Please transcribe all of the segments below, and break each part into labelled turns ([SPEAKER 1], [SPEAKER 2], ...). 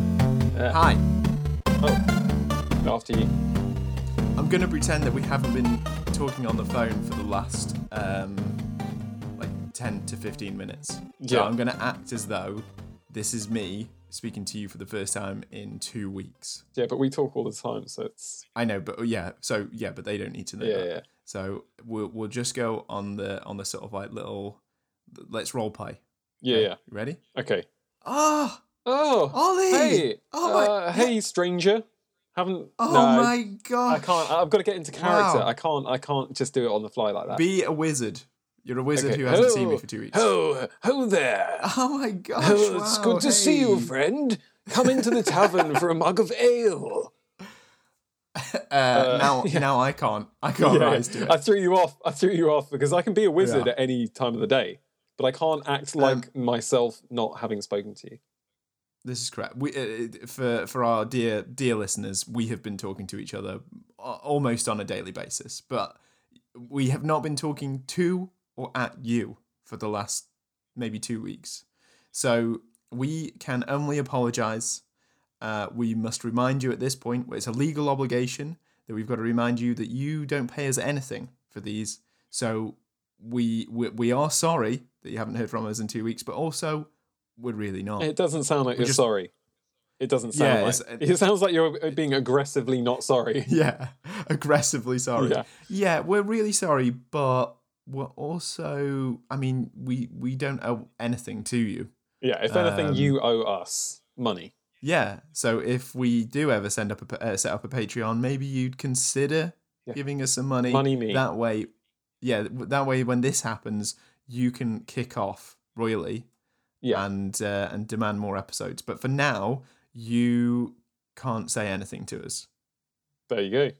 [SPEAKER 1] Yeah. Oh,
[SPEAKER 2] Hi,
[SPEAKER 1] After you.
[SPEAKER 2] I'm going to pretend that we haven't been talking on the phone for the last um, like 10 to 15 minutes. So
[SPEAKER 1] Yeah.
[SPEAKER 2] I'm going to act as though this is me speaking to you for the first time in two weeks.
[SPEAKER 1] Yeah, but we talk all the time, so it's
[SPEAKER 2] I know, but oh, yeah, so yeah, but they don't need to know.
[SPEAKER 1] yeah,
[SPEAKER 2] that.
[SPEAKER 1] yeah.
[SPEAKER 2] So we'll we'll just go on the on the sort of like little let's roll play.
[SPEAKER 1] Yeah, yeah.
[SPEAKER 2] Ready?
[SPEAKER 1] Okay.
[SPEAKER 2] Ah,
[SPEAKER 1] Oh,
[SPEAKER 2] Ollie!
[SPEAKER 1] hey.
[SPEAKER 2] Oh my!
[SPEAKER 1] uh, hey stranger. Haven't
[SPEAKER 2] oh
[SPEAKER 1] no,
[SPEAKER 2] my
[SPEAKER 1] I
[SPEAKER 2] God!
[SPEAKER 1] can't I've got to get into character.
[SPEAKER 2] Wow.
[SPEAKER 1] I can't I can't just do it on the fly like that.
[SPEAKER 2] Be a wizard. You're a wizard
[SPEAKER 1] Okay. Oh,
[SPEAKER 2] who hasn't seen me
[SPEAKER 1] Hello.
[SPEAKER 2] for two weeks.
[SPEAKER 1] Ho, ho there.
[SPEAKER 2] Oh my gosh!
[SPEAKER 1] Oh, it's
[SPEAKER 2] wow,
[SPEAKER 1] good to see you,
[SPEAKER 2] hey.
[SPEAKER 1] friend. Come into the tavern for a mug of ale.
[SPEAKER 2] Uh, now, now I can't. I can't rise to it.
[SPEAKER 1] I threw you off. I threw you off because I can be a wizard
[SPEAKER 2] Yeah. Um,
[SPEAKER 1] at any time of the day, but I can't act like myself not having spoken to you.
[SPEAKER 2] This is correct. We, uh, uh, for for our dear dear listeners, we have been talking to each other a- almost on a daily basis, but we have not been talking to or at you for the last maybe two weeks. So we can only apologize. Uh, we must remind you at this point. It's a legal obligation that we've got to remind you that you don't pay us anything for these. So we we, we are sorry that you haven't heard from us in two weeks, but also we're really not.
[SPEAKER 1] It doesn't sound like you're
[SPEAKER 2] Oh. just-
[SPEAKER 1] sorry. It doesn't sound
[SPEAKER 2] Yeah,
[SPEAKER 1] like.
[SPEAKER 2] it's-
[SPEAKER 1] It sounds like you're uh, being aggressively not sorry.
[SPEAKER 2] yeah aggressively sorry
[SPEAKER 1] Yeah.
[SPEAKER 2] yeah. we're really sorry but we're also i mean we we don't owe anything to you
[SPEAKER 1] Yeah. If anything,
[SPEAKER 2] Um,
[SPEAKER 1] you owe us money.
[SPEAKER 2] yeah so if we do ever send up a pa- uh, set up a patreon maybe you'd consider
[SPEAKER 1] Yeah.
[SPEAKER 2] giving us some money
[SPEAKER 1] Money me.
[SPEAKER 2] that way yeah th- that way when this happens you can kick off royally
[SPEAKER 1] Yeah.
[SPEAKER 2] and uh, and demand more episodes but for now you can't say anything to us
[SPEAKER 1] There you go.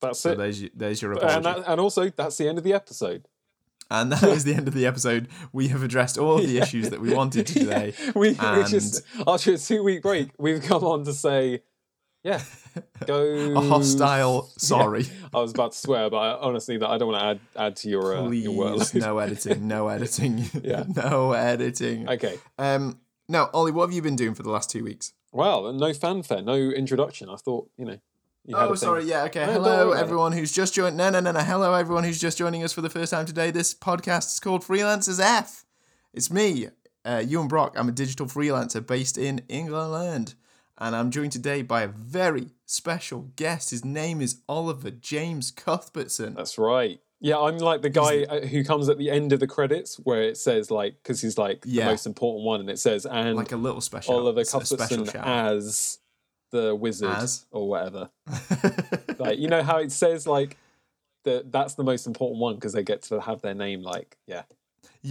[SPEAKER 1] That's
[SPEAKER 2] so
[SPEAKER 1] it.
[SPEAKER 2] there's your, there's your apology.
[SPEAKER 1] And, that, and also, that's the end of the episode.
[SPEAKER 2] And that is the end of the episode. We have addressed all of the issues that we wanted to
[SPEAKER 1] Yeah,
[SPEAKER 2] today.
[SPEAKER 1] we, we just after a two week break, we've come on to say, yeah, go
[SPEAKER 2] A hostile sorry.
[SPEAKER 1] I was about to swear, but I, honestly, that I don't want to add add to your uh, your
[SPEAKER 2] Please,
[SPEAKER 1] workload.
[SPEAKER 2] no editing, no editing,
[SPEAKER 1] Yeah.
[SPEAKER 2] no editing.
[SPEAKER 1] Okay,
[SPEAKER 2] Um, now, Ollie, what have you been doing for the last two weeks?
[SPEAKER 1] well, no fanfare, no introduction. I thought you know. You had a
[SPEAKER 2] Oh,
[SPEAKER 1] thing.
[SPEAKER 2] sorry. Yeah. Okay.
[SPEAKER 1] No, don't worry
[SPEAKER 2] Hello,
[SPEAKER 1] about it.
[SPEAKER 2] everyone who's just joined. No, no, no, no. Hello, everyone who's just joining us for the first time today. This podcast is called Freelancers F. It's me, uh, Ewan Brock. I'm a digital freelancer based in England, and I'm joined today by a very special guest. His name is Oliver James Cuthbertson.
[SPEAKER 1] That's right. Yeah, I'm like the guy uh, who comes at the end of the credits where it says like because he's like
[SPEAKER 2] Yeah.
[SPEAKER 1] the most important one, and it says and
[SPEAKER 2] Like a little special.
[SPEAKER 1] Oliver
[SPEAKER 2] a special
[SPEAKER 1] Cuthbertson
[SPEAKER 2] shout.
[SPEAKER 1] as the wizard
[SPEAKER 2] As?
[SPEAKER 1] or whatever. like you know how it says like that that's the most important one because they get to have their name like yeah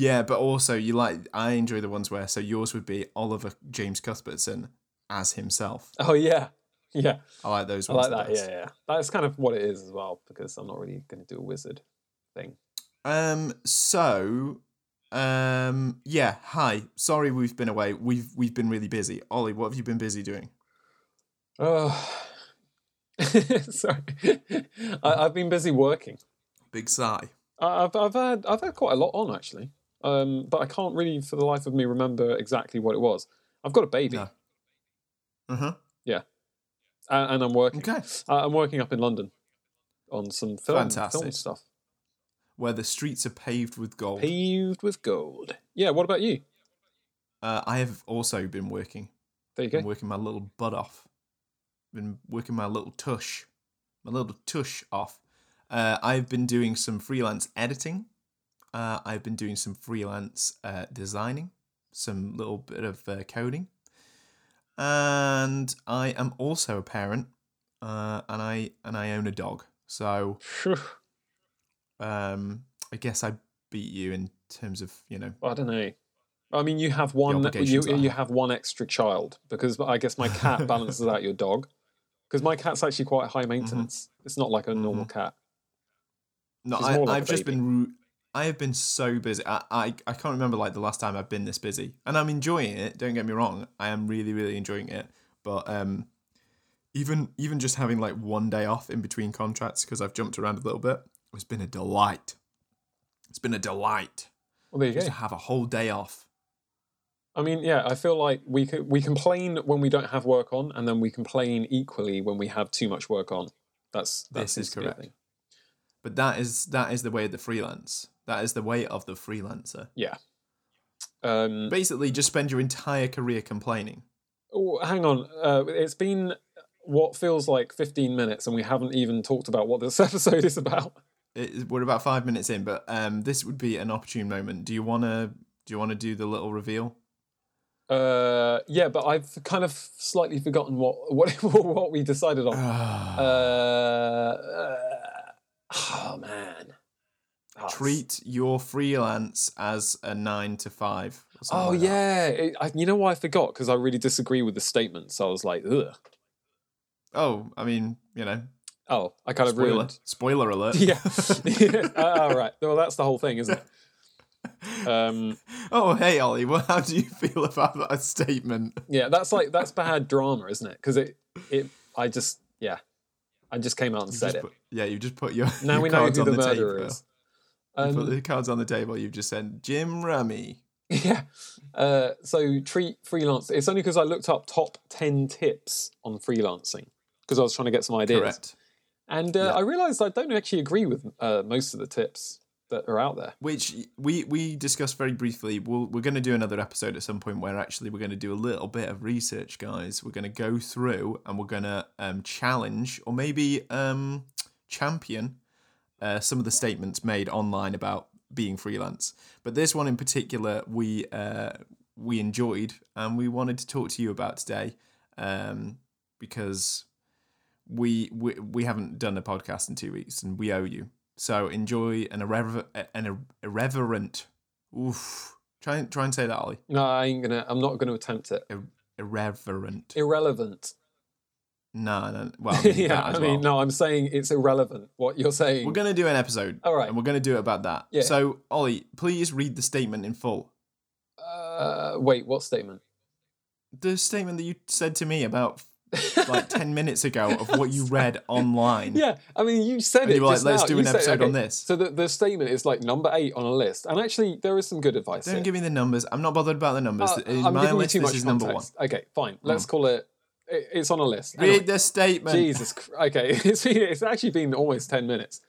[SPEAKER 2] Yeah, but also you like I enjoy the ones where so yours would be Oliver James Cuthbertson as himself.
[SPEAKER 1] oh yeah yeah
[SPEAKER 2] I like those
[SPEAKER 1] I
[SPEAKER 2] ones.
[SPEAKER 1] like
[SPEAKER 2] the
[SPEAKER 1] that
[SPEAKER 2] best.
[SPEAKER 1] yeah yeah that's kind of what it is as well because I'm not really going to do a wizard thing
[SPEAKER 2] Um. So, um. Yeah. Hi. Sorry, we've been away. We've we've been really busy. Ollie, what have you been busy doing?
[SPEAKER 1] oh sorry I, I've been busy working
[SPEAKER 2] Big sigh.
[SPEAKER 1] I- I've I've had I've had quite a lot on actually um but I can't really for the life of me remember exactly what it was I've got a baby
[SPEAKER 2] No. Uh huh.
[SPEAKER 1] and, and I'm working
[SPEAKER 2] Okay.
[SPEAKER 1] I- I'm working up in London on some film, film
[SPEAKER 2] Fantastic.
[SPEAKER 1] stuff
[SPEAKER 2] Where the streets are paved with gold.
[SPEAKER 1] paved with gold. Yeah, what about you?
[SPEAKER 2] Uh, I have also been working.
[SPEAKER 1] There you
[SPEAKER 2] Been
[SPEAKER 1] go.
[SPEAKER 2] working my little butt off. Been working my little tush, my little tush off. Uh, I've been doing some freelance editing. Uh, I've been doing some freelance uh, designing, some little bit of uh, coding, and I am also a parent, uh, and I and I own a dog. So
[SPEAKER 1] Phew,
[SPEAKER 2] um, I guess I beat you in terms of you know.
[SPEAKER 1] I don't know. I mean, you have one. You
[SPEAKER 2] obligations I
[SPEAKER 1] you
[SPEAKER 2] have.
[SPEAKER 1] have one extra child because I guess my cat balances out your dog. Because my cat's actually quite
[SPEAKER 2] Mm-hmm.
[SPEAKER 1] high maintenance. It's not like a normal cat.
[SPEAKER 2] No,
[SPEAKER 1] She's
[SPEAKER 2] I,
[SPEAKER 1] more like
[SPEAKER 2] I've
[SPEAKER 1] a
[SPEAKER 2] just
[SPEAKER 1] baby.
[SPEAKER 2] been. Ru- I have been so busy. I, I I can't remember like the last time I've been this busy, and I'm enjoying it. Don't get me wrong. I am really really enjoying it. But um, even even just having like one day off in between contracts because I've jumped around a little bit has been a delight. It's been a delight
[SPEAKER 1] Well, there you go.
[SPEAKER 2] to have a whole day off.
[SPEAKER 1] I mean, yeah, I feel like we co- we complain when we don't have work on, and then we complain equally when we have too much work on. That's, that's
[SPEAKER 2] This is
[SPEAKER 1] the
[SPEAKER 2] correct.
[SPEAKER 1] thing.
[SPEAKER 2] But that is that is the way of the freelance. That is the way of the freelancer.
[SPEAKER 1] Yeah. Um,
[SPEAKER 2] Basically, just spend your entire career complaining.
[SPEAKER 1] oh, hang on. Uh, it's been what feels like 15 minutes, and we haven't even talked about what this episode is about.
[SPEAKER 2] It, we're about five minutes in, but um, this would be an opportune moment. Do you wanna do you wanna do the little reveal?
[SPEAKER 1] Uh, yeah, but I've kind of slightly forgotten what what what we decided on.
[SPEAKER 2] Ah.
[SPEAKER 1] Uh, uh, oh man. Oh, it's-
[SPEAKER 2] Treat your freelance as a nine to five. or something
[SPEAKER 1] Oh
[SPEAKER 2] like that.
[SPEAKER 1] yeah, It- I, you know why I forgot? Because I really disagree with the statement. So I was like, ugh.
[SPEAKER 2] Oh, I mean, you know,
[SPEAKER 1] Oh, I kind of
[SPEAKER 2] spoiler
[SPEAKER 1] ruined.
[SPEAKER 2] spoiler alert.
[SPEAKER 1] Yeah. yeah. All right. Well, that's the whole thing, isn't it? Um,
[SPEAKER 2] oh, hey Ollie, well, how do you feel about that statement?
[SPEAKER 1] yeah, that's like that's bad drama, isn't it? Because it, it, I just, yeah, I just came out and said
[SPEAKER 2] Just
[SPEAKER 1] it.
[SPEAKER 2] put- yeah, you just put your
[SPEAKER 1] now
[SPEAKER 2] your
[SPEAKER 1] we know
[SPEAKER 2] cards
[SPEAKER 1] who
[SPEAKER 2] on
[SPEAKER 1] the,
[SPEAKER 2] table.
[SPEAKER 1] murderer is.
[SPEAKER 2] You
[SPEAKER 1] Um,
[SPEAKER 2] put the cards on the table. You've just said Jim Rummy.
[SPEAKER 1] Yeah. Uh, so treat freelance. It's only because I looked up top ten tips on freelancing because I was trying to get some ideas,
[SPEAKER 2] Correct.
[SPEAKER 1] and uh,
[SPEAKER 2] Yeah.
[SPEAKER 1] I realised I don't actually agree with uh, most of the tips that are out there.
[SPEAKER 2] Which we we discussed very briefly. We'll, we're going to do another episode at some point where actually we're going to do a little bit of research, guys. We're going to go through and we're going to um, challenge or maybe um, champion uh, some of the statements made online about being freelance. But this one in particular, we uh, we enjoyed and we wanted to talk to you about today um, because we, we we haven't done a podcast in two weeks and we owe you. So enjoy an irrever- an ir- irreverent. Oof. Try and try and say that, Ollie.
[SPEAKER 1] No, I ain't gonna. I'm not gonna attempt it.
[SPEAKER 2] Irreverent.
[SPEAKER 1] Irrelevant.
[SPEAKER 2] No, no. Well, I mean,
[SPEAKER 1] yeah,
[SPEAKER 2] that
[SPEAKER 1] I
[SPEAKER 2] as
[SPEAKER 1] mean,
[SPEAKER 2] well.
[SPEAKER 1] no, I'm saying it's irrelevant what you're saying.
[SPEAKER 2] We're gonna do an episode.
[SPEAKER 1] All right.
[SPEAKER 2] And we're gonna do it about that.
[SPEAKER 1] Yeah.
[SPEAKER 2] So, Ollie, please read the statement in full.
[SPEAKER 1] Uh, wait, what statement?
[SPEAKER 2] The statement that you said to me about like ten minutes ago of what you read online.
[SPEAKER 1] Yeah, I mean, you said it.
[SPEAKER 2] you were Mm. like,
[SPEAKER 1] just
[SPEAKER 2] "Let's
[SPEAKER 1] now.
[SPEAKER 2] do
[SPEAKER 1] You
[SPEAKER 2] an
[SPEAKER 1] said-
[SPEAKER 2] episode on this.
[SPEAKER 1] So the, the statement is like number eight on a list, and actually, there is some good advice.
[SPEAKER 2] Don't
[SPEAKER 1] here.
[SPEAKER 2] give me the numbers. I'm not bothered about the numbers.
[SPEAKER 1] Uh,
[SPEAKER 2] in
[SPEAKER 1] I'm
[SPEAKER 2] my
[SPEAKER 1] giving you
[SPEAKER 2] list,
[SPEAKER 1] too
[SPEAKER 2] this
[SPEAKER 1] much
[SPEAKER 2] is number one. Mm.
[SPEAKER 1] context. Okay, fine. Let's call it. it- It's on a list.
[SPEAKER 2] Read
[SPEAKER 1] Anyway,
[SPEAKER 2] the statement.
[SPEAKER 1] Jesus. Chr- Okay, it's been, it's actually been almost ten minutes.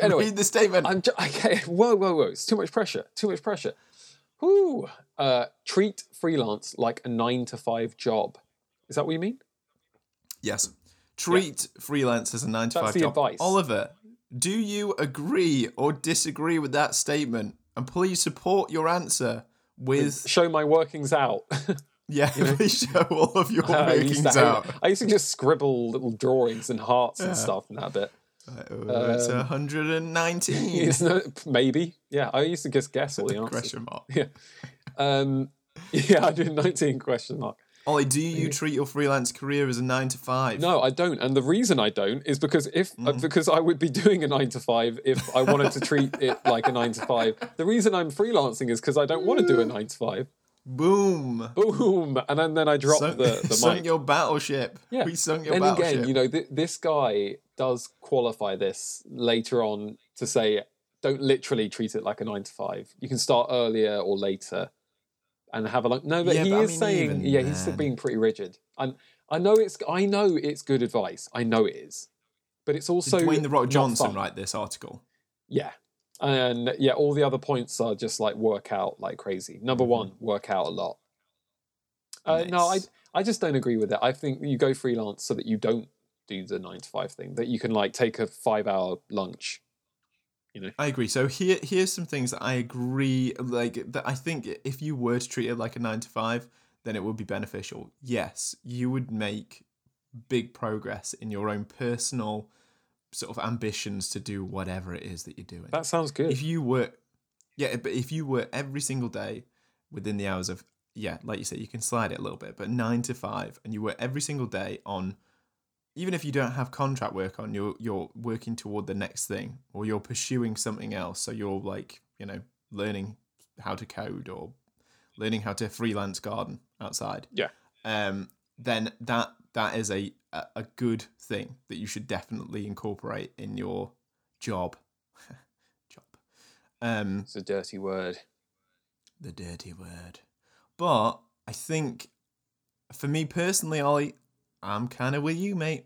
[SPEAKER 1] Anyway,
[SPEAKER 2] Read the statement.
[SPEAKER 1] I'm ju- okay. Whoa, whoa, whoa! It's too much pressure. Too much pressure. Whoo! Uh, treat freelance like a nine to five job. Is that what you mean?
[SPEAKER 2] Yes. Treat freelance as a nine to
[SPEAKER 1] That's
[SPEAKER 2] five
[SPEAKER 1] the
[SPEAKER 2] job.
[SPEAKER 1] advice.
[SPEAKER 2] Oliver, do you agree or disagree with that statement? And please support your answer with
[SPEAKER 1] Show my workings out.
[SPEAKER 2] yeah. Please show all of your
[SPEAKER 1] I, used to
[SPEAKER 2] workings
[SPEAKER 1] hate-
[SPEAKER 2] out.
[SPEAKER 1] I used to just scribble little drawings and hearts and stuff in that bit.
[SPEAKER 2] Oh, it's
[SPEAKER 1] Um,
[SPEAKER 2] 119
[SPEAKER 1] It's no, maybe. Yeah, I used to just guess all the answers.
[SPEAKER 2] question mark.
[SPEAKER 1] Um, yeah, I did 19 question mark.
[SPEAKER 2] Ollie, do you treat your freelance career as a nine to five?
[SPEAKER 1] No, I don't. And the reason I don't is because if uh, because I would be doing a 9 to 5 if I wanted to treat it like a 9 to 5. The reason I'm freelancing is cuz I don't want to do a 9 to 5.
[SPEAKER 2] Boom.
[SPEAKER 1] Boom. And then, then I drop
[SPEAKER 2] Sunk,
[SPEAKER 1] the the
[SPEAKER 2] sunk
[SPEAKER 1] mic.
[SPEAKER 2] your battleship. We sunk your
[SPEAKER 1] and
[SPEAKER 2] battleship.
[SPEAKER 1] again, you know, th- this guy does qualify this later on to say don't literally treat it like a 9 to 5. You can start earlier or later and have a like no but
[SPEAKER 2] Yeah,
[SPEAKER 1] he
[SPEAKER 2] but I
[SPEAKER 1] is
[SPEAKER 2] mean,
[SPEAKER 1] saying
[SPEAKER 2] even
[SPEAKER 1] yeah, he's still
[SPEAKER 2] then-
[SPEAKER 1] being pretty rigid. And I know it's I know it's good advice. I know it is. But it's also
[SPEAKER 2] Did Dwayne the Rock
[SPEAKER 1] not
[SPEAKER 2] Johnson
[SPEAKER 1] fun.
[SPEAKER 2] write this article?
[SPEAKER 1] Yeah. And yeah, all the other points are just like work out like crazy. Number one, work out a lot. Uh, No, I
[SPEAKER 2] Mm-hmm. Nice.
[SPEAKER 1] I just don't agree with it. I think you go freelance so that you don't do the nine to five thing. That you can like take a five hour lunch.
[SPEAKER 2] I agree. So here, here's some things that I agree. Like that, I think if you were to treat it like a nine to five, then it would be beneficial. Yes, you would make big progress in your own personal sort of ambitions to do whatever it is that you're doing.
[SPEAKER 1] That sounds good.
[SPEAKER 2] if you work, yeah, but if you work every single day within the hours of, yeah, like you said, you can slide it a little bit, but nine to five, and you work every single day on, even if you don't have contract work on, you're you're working toward the next thing, or you're pursuing something else. So you're like, you know, learning how to code or learning how to freelance garden outside.
[SPEAKER 1] Yeah.
[SPEAKER 2] Um. Then that that is a a a good thing that you should definitely incorporate in your job. job. Um,
[SPEAKER 1] It's a dirty word.
[SPEAKER 2] the dirty word. But I think for me personally, Ollie, I'm kind of with you, mate.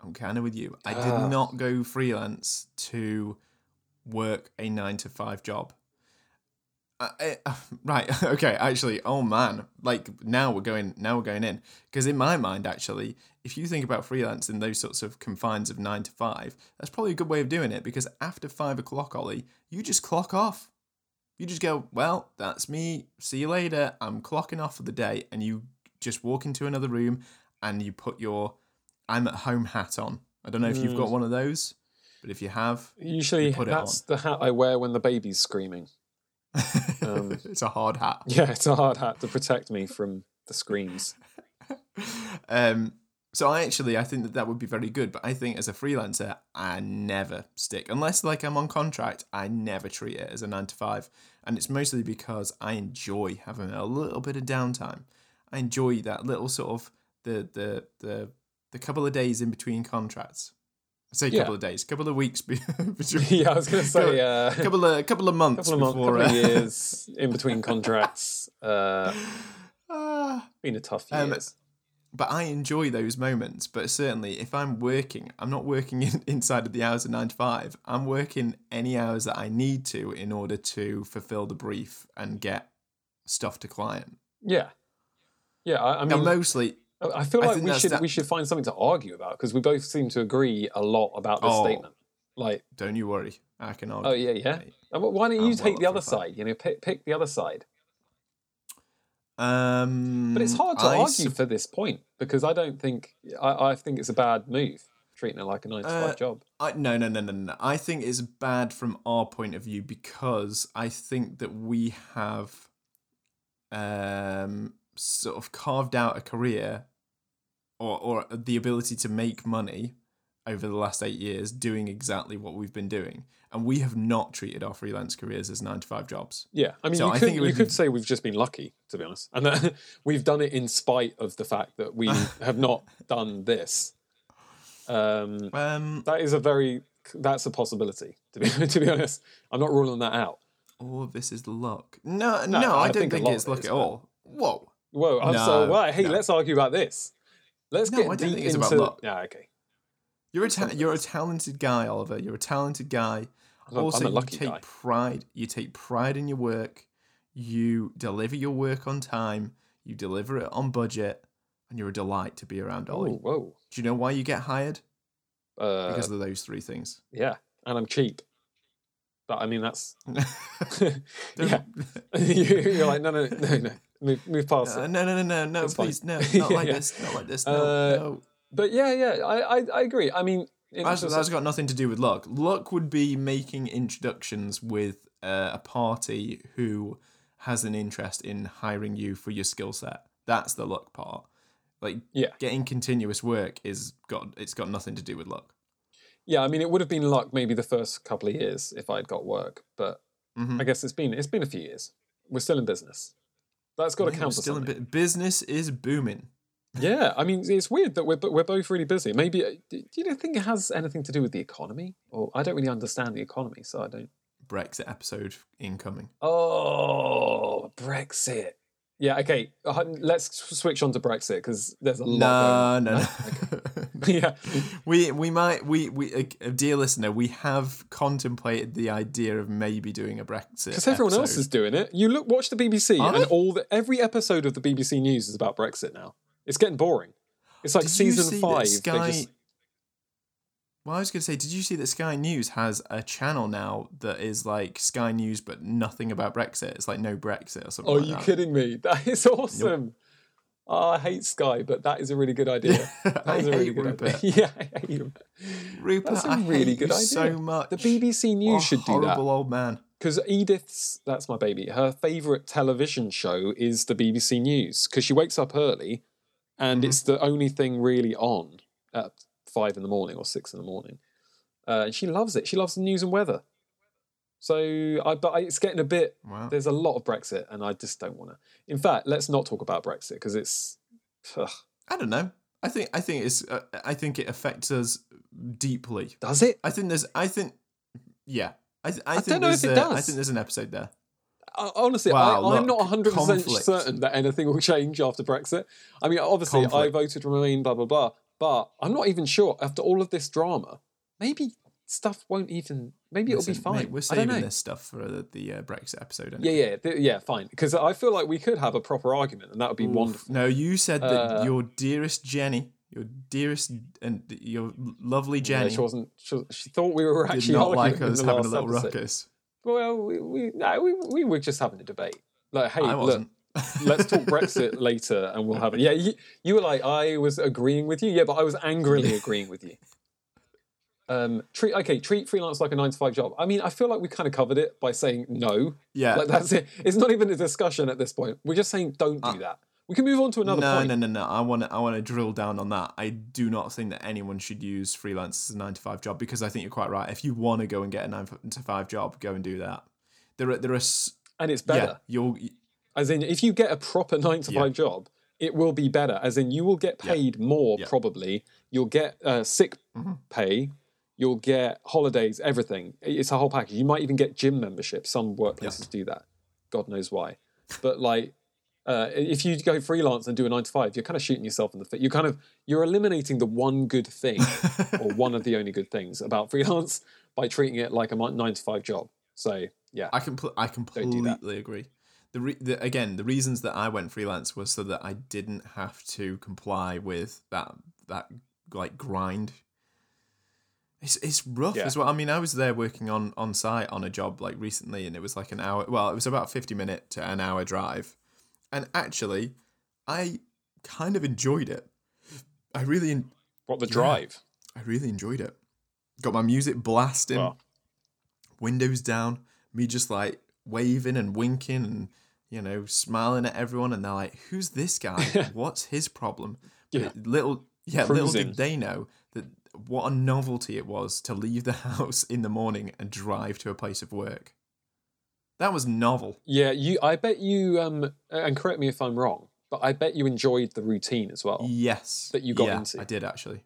[SPEAKER 2] I'm kind of with you. I
[SPEAKER 1] Ah.
[SPEAKER 2] did not go freelance to work a nine to five job. I, I, right. Okay. Actually. Oh man. Like now we're going. Now we're going in because in my mind, actually, if you think about freelance in those sorts of confines of nine to five, that's probably a good way of doing it because after five o'clock, Ollie, you just clock off. You just go. Well, that's me. See you later. I'm clocking off for the day, and you just walk into another room and you put your "I'm at home" hat on. I don't know if you've got one of those, but if you have,
[SPEAKER 1] Usually,
[SPEAKER 2] put it
[SPEAKER 1] that's the hat I wear when the baby's screaming. Um,
[SPEAKER 2] it's a hard hat.
[SPEAKER 1] Yeah, it's a hard hat to protect me from the screams.
[SPEAKER 2] um, so I actually I think that that would be very good, but I think as a freelancer I never stick unless like I'm on contract. I never treat it as a nine to five, and it's mostly because I enjoy having a little bit of downtime. I enjoy that little sort of the the the the couple of days in between contracts. I say
[SPEAKER 1] Yeah.
[SPEAKER 2] couple of days, couple of weeks be- between.
[SPEAKER 1] yeah, I was going to say uh, a
[SPEAKER 2] Couple of couple of months
[SPEAKER 1] couple of months,
[SPEAKER 2] before
[SPEAKER 1] couple of
[SPEAKER 2] uh,
[SPEAKER 1] years in between contracts. Uh,
[SPEAKER 2] ah.
[SPEAKER 1] been a tough year.
[SPEAKER 2] Um, but I enjoy those moments. But certainly, if I'm working, I'm not working in, inside of the hours of nine to five. I'm working any hours that I need to in order to fulfill the brief and get stuff to client.
[SPEAKER 1] yeah, yeah. I, I
[SPEAKER 2] And
[SPEAKER 1] mean,
[SPEAKER 2] mostly,
[SPEAKER 1] I I feel
[SPEAKER 2] I
[SPEAKER 1] like
[SPEAKER 2] think
[SPEAKER 1] we
[SPEAKER 2] that's
[SPEAKER 1] should
[SPEAKER 2] that-
[SPEAKER 1] we should find something to argue about because we both seem to agree a lot about this
[SPEAKER 2] Oh.
[SPEAKER 1] statement. Like,
[SPEAKER 2] don't you worry, I can argue.
[SPEAKER 1] oh yeah, yeah.
[SPEAKER 2] mate.
[SPEAKER 1] Uh, wh- Why don't you
[SPEAKER 2] I'm well
[SPEAKER 1] take the
[SPEAKER 2] up
[SPEAKER 1] other
[SPEAKER 2] for a fight.
[SPEAKER 1] side? You know, pick pick the other side.
[SPEAKER 2] Um,
[SPEAKER 1] But it's hard to
[SPEAKER 2] I
[SPEAKER 1] argue
[SPEAKER 2] sup-
[SPEAKER 1] for this point because I don't think I, I think it's a bad move treating it like a nine to
[SPEAKER 2] Uh,
[SPEAKER 1] five job.
[SPEAKER 2] I, no, no, no, no, no. I think it's bad from our point of view because I think that we have um, sort of carved out a career or, or the ability to make money over the last eight years doing exactly what we've been doing. And we have not treated our freelance careers as nine to five jobs.
[SPEAKER 1] Yeah, I mean,
[SPEAKER 2] So
[SPEAKER 1] you,
[SPEAKER 2] I
[SPEAKER 1] could,
[SPEAKER 2] think it
[SPEAKER 1] you
[SPEAKER 2] would
[SPEAKER 1] could
[SPEAKER 2] be-
[SPEAKER 1] say we've just been lucky, to be honest, and that we've done it in spite of the fact that we have not done this. Um,
[SPEAKER 2] Um,
[SPEAKER 1] that is a very that's a possibility. To be to be honest, I'm not ruling that out.
[SPEAKER 2] or oh, this is luck. No,
[SPEAKER 1] No,
[SPEAKER 2] no, I,
[SPEAKER 1] I
[SPEAKER 2] don't
[SPEAKER 1] think a
[SPEAKER 2] think,
[SPEAKER 1] lot
[SPEAKER 2] it's
[SPEAKER 1] of it
[SPEAKER 2] luck
[SPEAKER 1] is
[SPEAKER 2] at
[SPEAKER 1] luck.
[SPEAKER 2] all. Whoa.
[SPEAKER 1] Whoa, I'm so
[SPEAKER 2] No,
[SPEAKER 1] well. Hey,
[SPEAKER 2] no.
[SPEAKER 1] let's argue about this. Let's
[SPEAKER 2] No,
[SPEAKER 1] get
[SPEAKER 2] I don't
[SPEAKER 1] deep
[SPEAKER 2] think it's about
[SPEAKER 1] into.
[SPEAKER 2] luck.
[SPEAKER 1] Yeah, okay.
[SPEAKER 2] You're a ta- you're a talented guy, Oliver. You're a talented guy.
[SPEAKER 1] I'm a- I'm a lucky
[SPEAKER 2] you take
[SPEAKER 1] guy.
[SPEAKER 2] pride. You take pride in your work. You deliver your work on time. You deliver it on budget, and you're a delight to be around,
[SPEAKER 1] Oh,
[SPEAKER 2] Ollie.
[SPEAKER 1] whoa.
[SPEAKER 2] Do you know why you get hired?
[SPEAKER 1] Uh,
[SPEAKER 2] Because of those three things.
[SPEAKER 1] yeah, and I'm cheap. But I mean, that's yeah.
[SPEAKER 2] Don't-
[SPEAKER 1] You're like no, no, no, no. Move, move past it.
[SPEAKER 2] Uh, no, no, no, no, no.
[SPEAKER 1] It's fine.
[SPEAKER 2] Please, no, not like
[SPEAKER 1] Yeah.
[SPEAKER 2] this. Not like this. No,
[SPEAKER 1] Uh,
[SPEAKER 2] no.
[SPEAKER 1] But yeah, yeah, I, I, I agree. I mean, in
[SPEAKER 2] That's,
[SPEAKER 1] terms
[SPEAKER 2] that's got nothing to do with luck. Luck would be making introductions with uh, a party who has an interest in hiring you for your skill set. That's the luck part. Like
[SPEAKER 1] Yeah.
[SPEAKER 2] getting continuous work is got it's got nothing to do with luck.
[SPEAKER 1] yeah, I mean, it would have been luck maybe the first couple of years if I'd got work, but
[SPEAKER 2] Mhm.
[SPEAKER 1] I guess it's been it's been a few years. We're still in business. That's got to
[SPEAKER 2] Yeah,
[SPEAKER 1] count for
[SPEAKER 2] still in
[SPEAKER 1] something.
[SPEAKER 2] bu- business is booming.
[SPEAKER 1] yeah, I mean, it's weird that we're bo- we're both really busy. Maybe uh, do do you think it has anything to do with the economy? Or I don't really understand the economy, so I don't.
[SPEAKER 2] Brexit episode incoming.
[SPEAKER 1] Oh, Brexit. Yeah, okay. uh, Let's switch on to Brexit because there's a lot.
[SPEAKER 2] No, no, no.
[SPEAKER 1] Going on. yeah,
[SPEAKER 2] we we might we we uh, dear listener, we have contemplated the idea of maybe doing a Brexit
[SPEAKER 1] Because everyone else
[SPEAKER 2] episode.
[SPEAKER 1] is doing it. You look, watch the BBC,
[SPEAKER 2] Are
[SPEAKER 1] and
[SPEAKER 2] they?
[SPEAKER 1] all the every episode of the BBC News is about Brexit now. It's getting boring. It's like
[SPEAKER 2] Did you
[SPEAKER 1] season
[SPEAKER 2] see that
[SPEAKER 1] five.
[SPEAKER 2] Sky-
[SPEAKER 1] They just,
[SPEAKER 2] Well, I was going to say, did you see that Sky News has a channel now that is like Sky News but nothing about Brexit? It's like no Brexit or something.
[SPEAKER 1] oh, are
[SPEAKER 2] like
[SPEAKER 1] you
[SPEAKER 2] that.
[SPEAKER 1] kidding me? That is awesome. Oh, I hate Sky, but that is a really good idea. That
[SPEAKER 2] I
[SPEAKER 1] is a
[SPEAKER 2] hate
[SPEAKER 1] really good
[SPEAKER 2] Rupert.
[SPEAKER 1] idea. yeah, I hate him.
[SPEAKER 2] Rupert,
[SPEAKER 1] That's a
[SPEAKER 2] I
[SPEAKER 1] really
[SPEAKER 2] hate
[SPEAKER 1] good
[SPEAKER 2] you
[SPEAKER 1] idea.
[SPEAKER 2] so much.
[SPEAKER 1] The BBC
[SPEAKER 2] What
[SPEAKER 1] News
[SPEAKER 2] a
[SPEAKER 1] should do
[SPEAKER 2] horrible
[SPEAKER 1] that
[SPEAKER 2] old man.
[SPEAKER 1] because Edith's that's my baby. Her favorite television show is the BBC News because she wakes up early, and
[SPEAKER 2] Mm-hmm.
[SPEAKER 1] it's the only thing really on at five in the morning or six in the morning. Uh, and she loves it. She loves the news and weather. So, I, but I, it's getting a bit.
[SPEAKER 2] Wow.
[SPEAKER 1] There's a lot of Brexit, and I just don't want to. In fact, let's not talk about Brexit because it's. ugh.
[SPEAKER 2] I don't know. I think I think it's uh, I think it affects us deeply.
[SPEAKER 1] does it?
[SPEAKER 2] I think there's I think yeah. I, th- I, think
[SPEAKER 1] don't know if
[SPEAKER 2] there's
[SPEAKER 1] it
[SPEAKER 2] a- I
[SPEAKER 1] does.
[SPEAKER 2] think there's an episode there.
[SPEAKER 1] I- Uh, honestly,
[SPEAKER 2] Wow,
[SPEAKER 1] I, I'm
[SPEAKER 2] look,
[SPEAKER 1] not 100 percent
[SPEAKER 2] conflict.
[SPEAKER 1] certain that anything will change after Brexit. I mean, obviously, I
[SPEAKER 2] Conflict.
[SPEAKER 1] voted Remain, blah blah blah, but I'm not even sure after all of this drama. Maybe stuff won't even. Maybe it'll be
[SPEAKER 2] Listen,
[SPEAKER 1] fine.
[SPEAKER 2] mate, we're
[SPEAKER 1] I don't know.
[SPEAKER 2] saving this stuff for the, the uh, Brexit episode.
[SPEAKER 1] Yeah, yeah, th- yeah, fine. Because I feel like we could have a proper argument, and that would be wonderful.
[SPEAKER 2] No, you said that
[SPEAKER 1] Uh,
[SPEAKER 2] your dearest Jenny, your dearest and your lovely
[SPEAKER 1] Yeah,
[SPEAKER 2] Jenny,
[SPEAKER 1] she wasn't. She, was- she thought we were
[SPEAKER 2] did
[SPEAKER 1] actually
[SPEAKER 2] not like
[SPEAKER 1] arguing in
[SPEAKER 2] us
[SPEAKER 1] the
[SPEAKER 2] having a
[SPEAKER 1] last
[SPEAKER 2] little
[SPEAKER 1] episode.
[SPEAKER 2] ruckus.
[SPEAKER 1] Well, we we, no, we we were just having a debate. Like, hey,
[SPEAKER 2] I
[SPEAKER 1] look,
[SPEAKER 2] wasn't.
[SPEAKER 1] let's talk Brexit later and we'll have it. Yeah, you, you were like, I was agreeing with you. Yeah, but I was angrily agreeing with you. Um, treat okay, treat freelance like a nine to five job. I mean, I feel like we kind of covered it by saying no.
[SPEAKER 2] yeah.
[SPEAKER 1] Like that's it. It's not even a discussion at this point. We're just saying don't do that. We can move on to another
[SPEAKER 2] Uh, no,
[SPEAKER 1] point.
[SPEAKER 2] no, no, no. I want to. I want to drill down on that. I do not think that anyone should use freelance as a nine to five job because I think you're quite right. If you want to go and get a nine to five job, go and do that. There are there are s-
[SPEAKER 1] And it's
[SPEAKER 2] yeah.
[SPEAKER 1] better.
[SPEAKER 2] You'll
[SPEAKER 1] As in, if you get a proper nine to
[SPEAKER 2] Yeah.
[SPEAKER 1] five job, it will be better. As in, you will get
[SPEAKER 2] Yeah.
[SPEAKER 1] paid more
[SPEAKER 2] Yeah.
[SPEAKER 1] probably. You'll get uh, sick
[SPEAKER 2] Mhm.
[SPEAKER 1] pay. You'll get holidays, everything. It's a whole package. You might even get gym membership. Some workplaces do that. God knows why. But like, uh, if you go freelance and do a nine to five, you're kind of shooting yourself in the foot. You're kind of you're eliminating the one good thing or one of the only good things about freelance by treating it like a mon- nine to five job. So yeah,
[SPEAKER 2] I compl-
[SPEAKER 1] do
[SPEAKER 2] I
[SPEAKER 1] that.
[SPEAKER 2] completely agree. The, re- the again, the reasons that I went freelance was so that I didn't have to comply with that that like grind. It's it's rough
[SPEAKER 1] Yeah.
[SPEAKER 2] as well. I mean, I was there working on on site on a job like recently, and it was like an hour. Well, it was about fifty minute to an hour drive, and actually, I kind of enjoyed it. I really en-
[SPEAKER 1] what the
[SPEAKER 2] Yeah.
[SPEAKER 1] drive?
[SPEAKER 2] I really enjoyed it. Got my music blasting,
[SPEAKER 1] Wow.
[SPEAKER 2] windows down, me just like waving and winking and you know smiling at everyone, and they're like, "Who's this guy? What's his problem?" But
[SPEAKER 1] Yeah.
[SPEAKER 2] Little, yeah, little
[SPEAKER 1] Cruising.
[SPEAKER 2] did they know that what a novelty it was to leave the house in the morning and drive to a place of work. That was novel.
[SPEAKER 1] Yeah, you. I bet you. Um, and correct me if I'm wrong, but I bet you enjoyed the routine as well,
[SPEAKER 2] Yes,
[SPEAKER 1] Oh. That you got
[SPEAKER 2] Yeah,
[SPEAKER 1] into.
[SPEAKER 2] I did actually.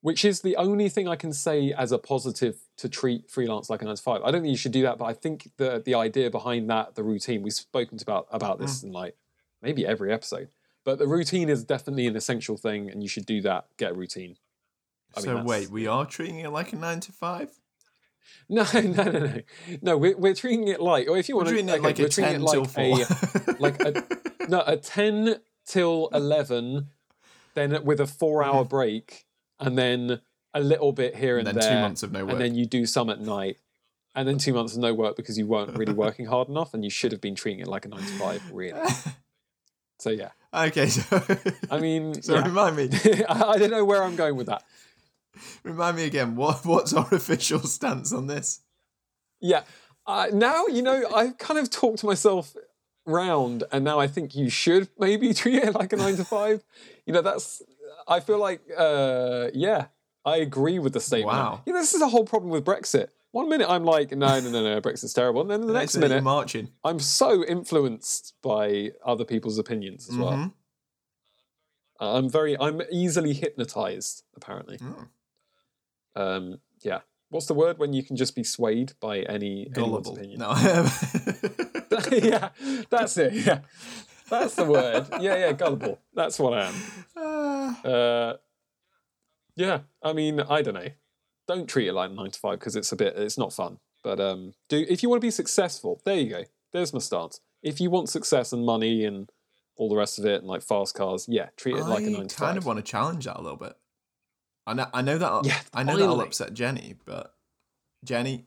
[SPEAKER 1] which is the only thing I can say as a positive to treat freelance like a nine to five. I don't think you should do that, but I think the the idea behind that, the routine, we've spoken about about
[SPEAKER 2] Mm.
[SPEAKER 1] this in like maybe every episode, but the routine is definitely an essential thing, and you should do that. Get a routine. I mean,
[SPEAKER 2] so
[SPEAKER 1] that's-
[SPEAKER 2] wait, we are treating it like a nine to five.
[SPEAKER 1] No, no, no, no, no. We're, we're treating it like, or if you
[SPEAKER 2] We're
[SPEAKER 1] want to,
[SPEAKER 2] treating it like
[SPEAKER 1] we're
[SPEAKER 2] a
[SPEAKER 1] treating
[SPEAKER 2] ten
[SPEAKER 1] it like
[SPEAKER 2] till four.
[SPEAKER 1] a like a no a 10 till 11 then with a four hour break and then a little bit here and,
[SPEAKER 2] and then
[SPEAKER 1] there
[SPEAKER 2] two months of no work.
[SPEAKER 1] and then you do some at night and then two months of no work because you weren't really working hard enough and you should have been treating it like a nine to five really so yeah
[SPEAKER 2] okay, so,
[SPEAKER 1] i mean
[SPEAKER 2] so
[SPEAKER 1] yeah.
[SPEAKER 2] remind me,
[SPEAKER 1] I, I don't know where i'm going with that
[SPEAKER 2] remind me again. What what's our official stance on this?
[SPEAKER 1] yeah uh, now you know i've kind of talked myself round and now i think you should maybe treat it like a nine to five you know that's i feel like uh yeah i agree with the statement
[SPEAKER 2] Wow.
[SPEAKER 1] yeah, this is a whole problem with brexit one minute i'm like no no no no brexit's terrible and then the next
[SPEAKER 2] Say you're
[SPEAKER 1] minute
[SPEAKER 2] marching.
[SPEAKER 1] i'm so influenced by other people's opinions as well Uh,
[SPEAKER 2] Mhm.
[SPEAKER 1] i'm very i'm easily hypnotized apparently
[SPEAKER 2] Mm.
[SPEAKER 1] um yeah what's the word when you can just be swayed by any anyone's
[SPEAKER 2] Gullible.
[SPEAKER 1] opinion
[SPEAKER 2] No.
[SPEAKER 1] yeah, that's it. Yeah, that's the word. Yeah, yeah, gullible. That's what I am.
[SPEAKER 2] Ah,
[SPEAKER 1] Uh, yeah, I mean, I don't know. Don't treat it like a nine to five because it's a bit. It's not fun. But um, do if you want to be successful, there you go. There's my stance. If you want success and money and all the rest of it and like fast cars, yeah, treat it like a
[SPEAKER 2] I
[SPEAKER 1] nine to
[SPEAKER 2] kind
[SPEAKER 1] five.
[SPEAKER 2] of want to challenge that a little bit. I know, I know that.
[SPEAKER 1] Yeah,
[SPEAKER 2] I know that'll
[SPEAKER 1] finally.
[SPEAKER 2] upset Jenny, but Jenny,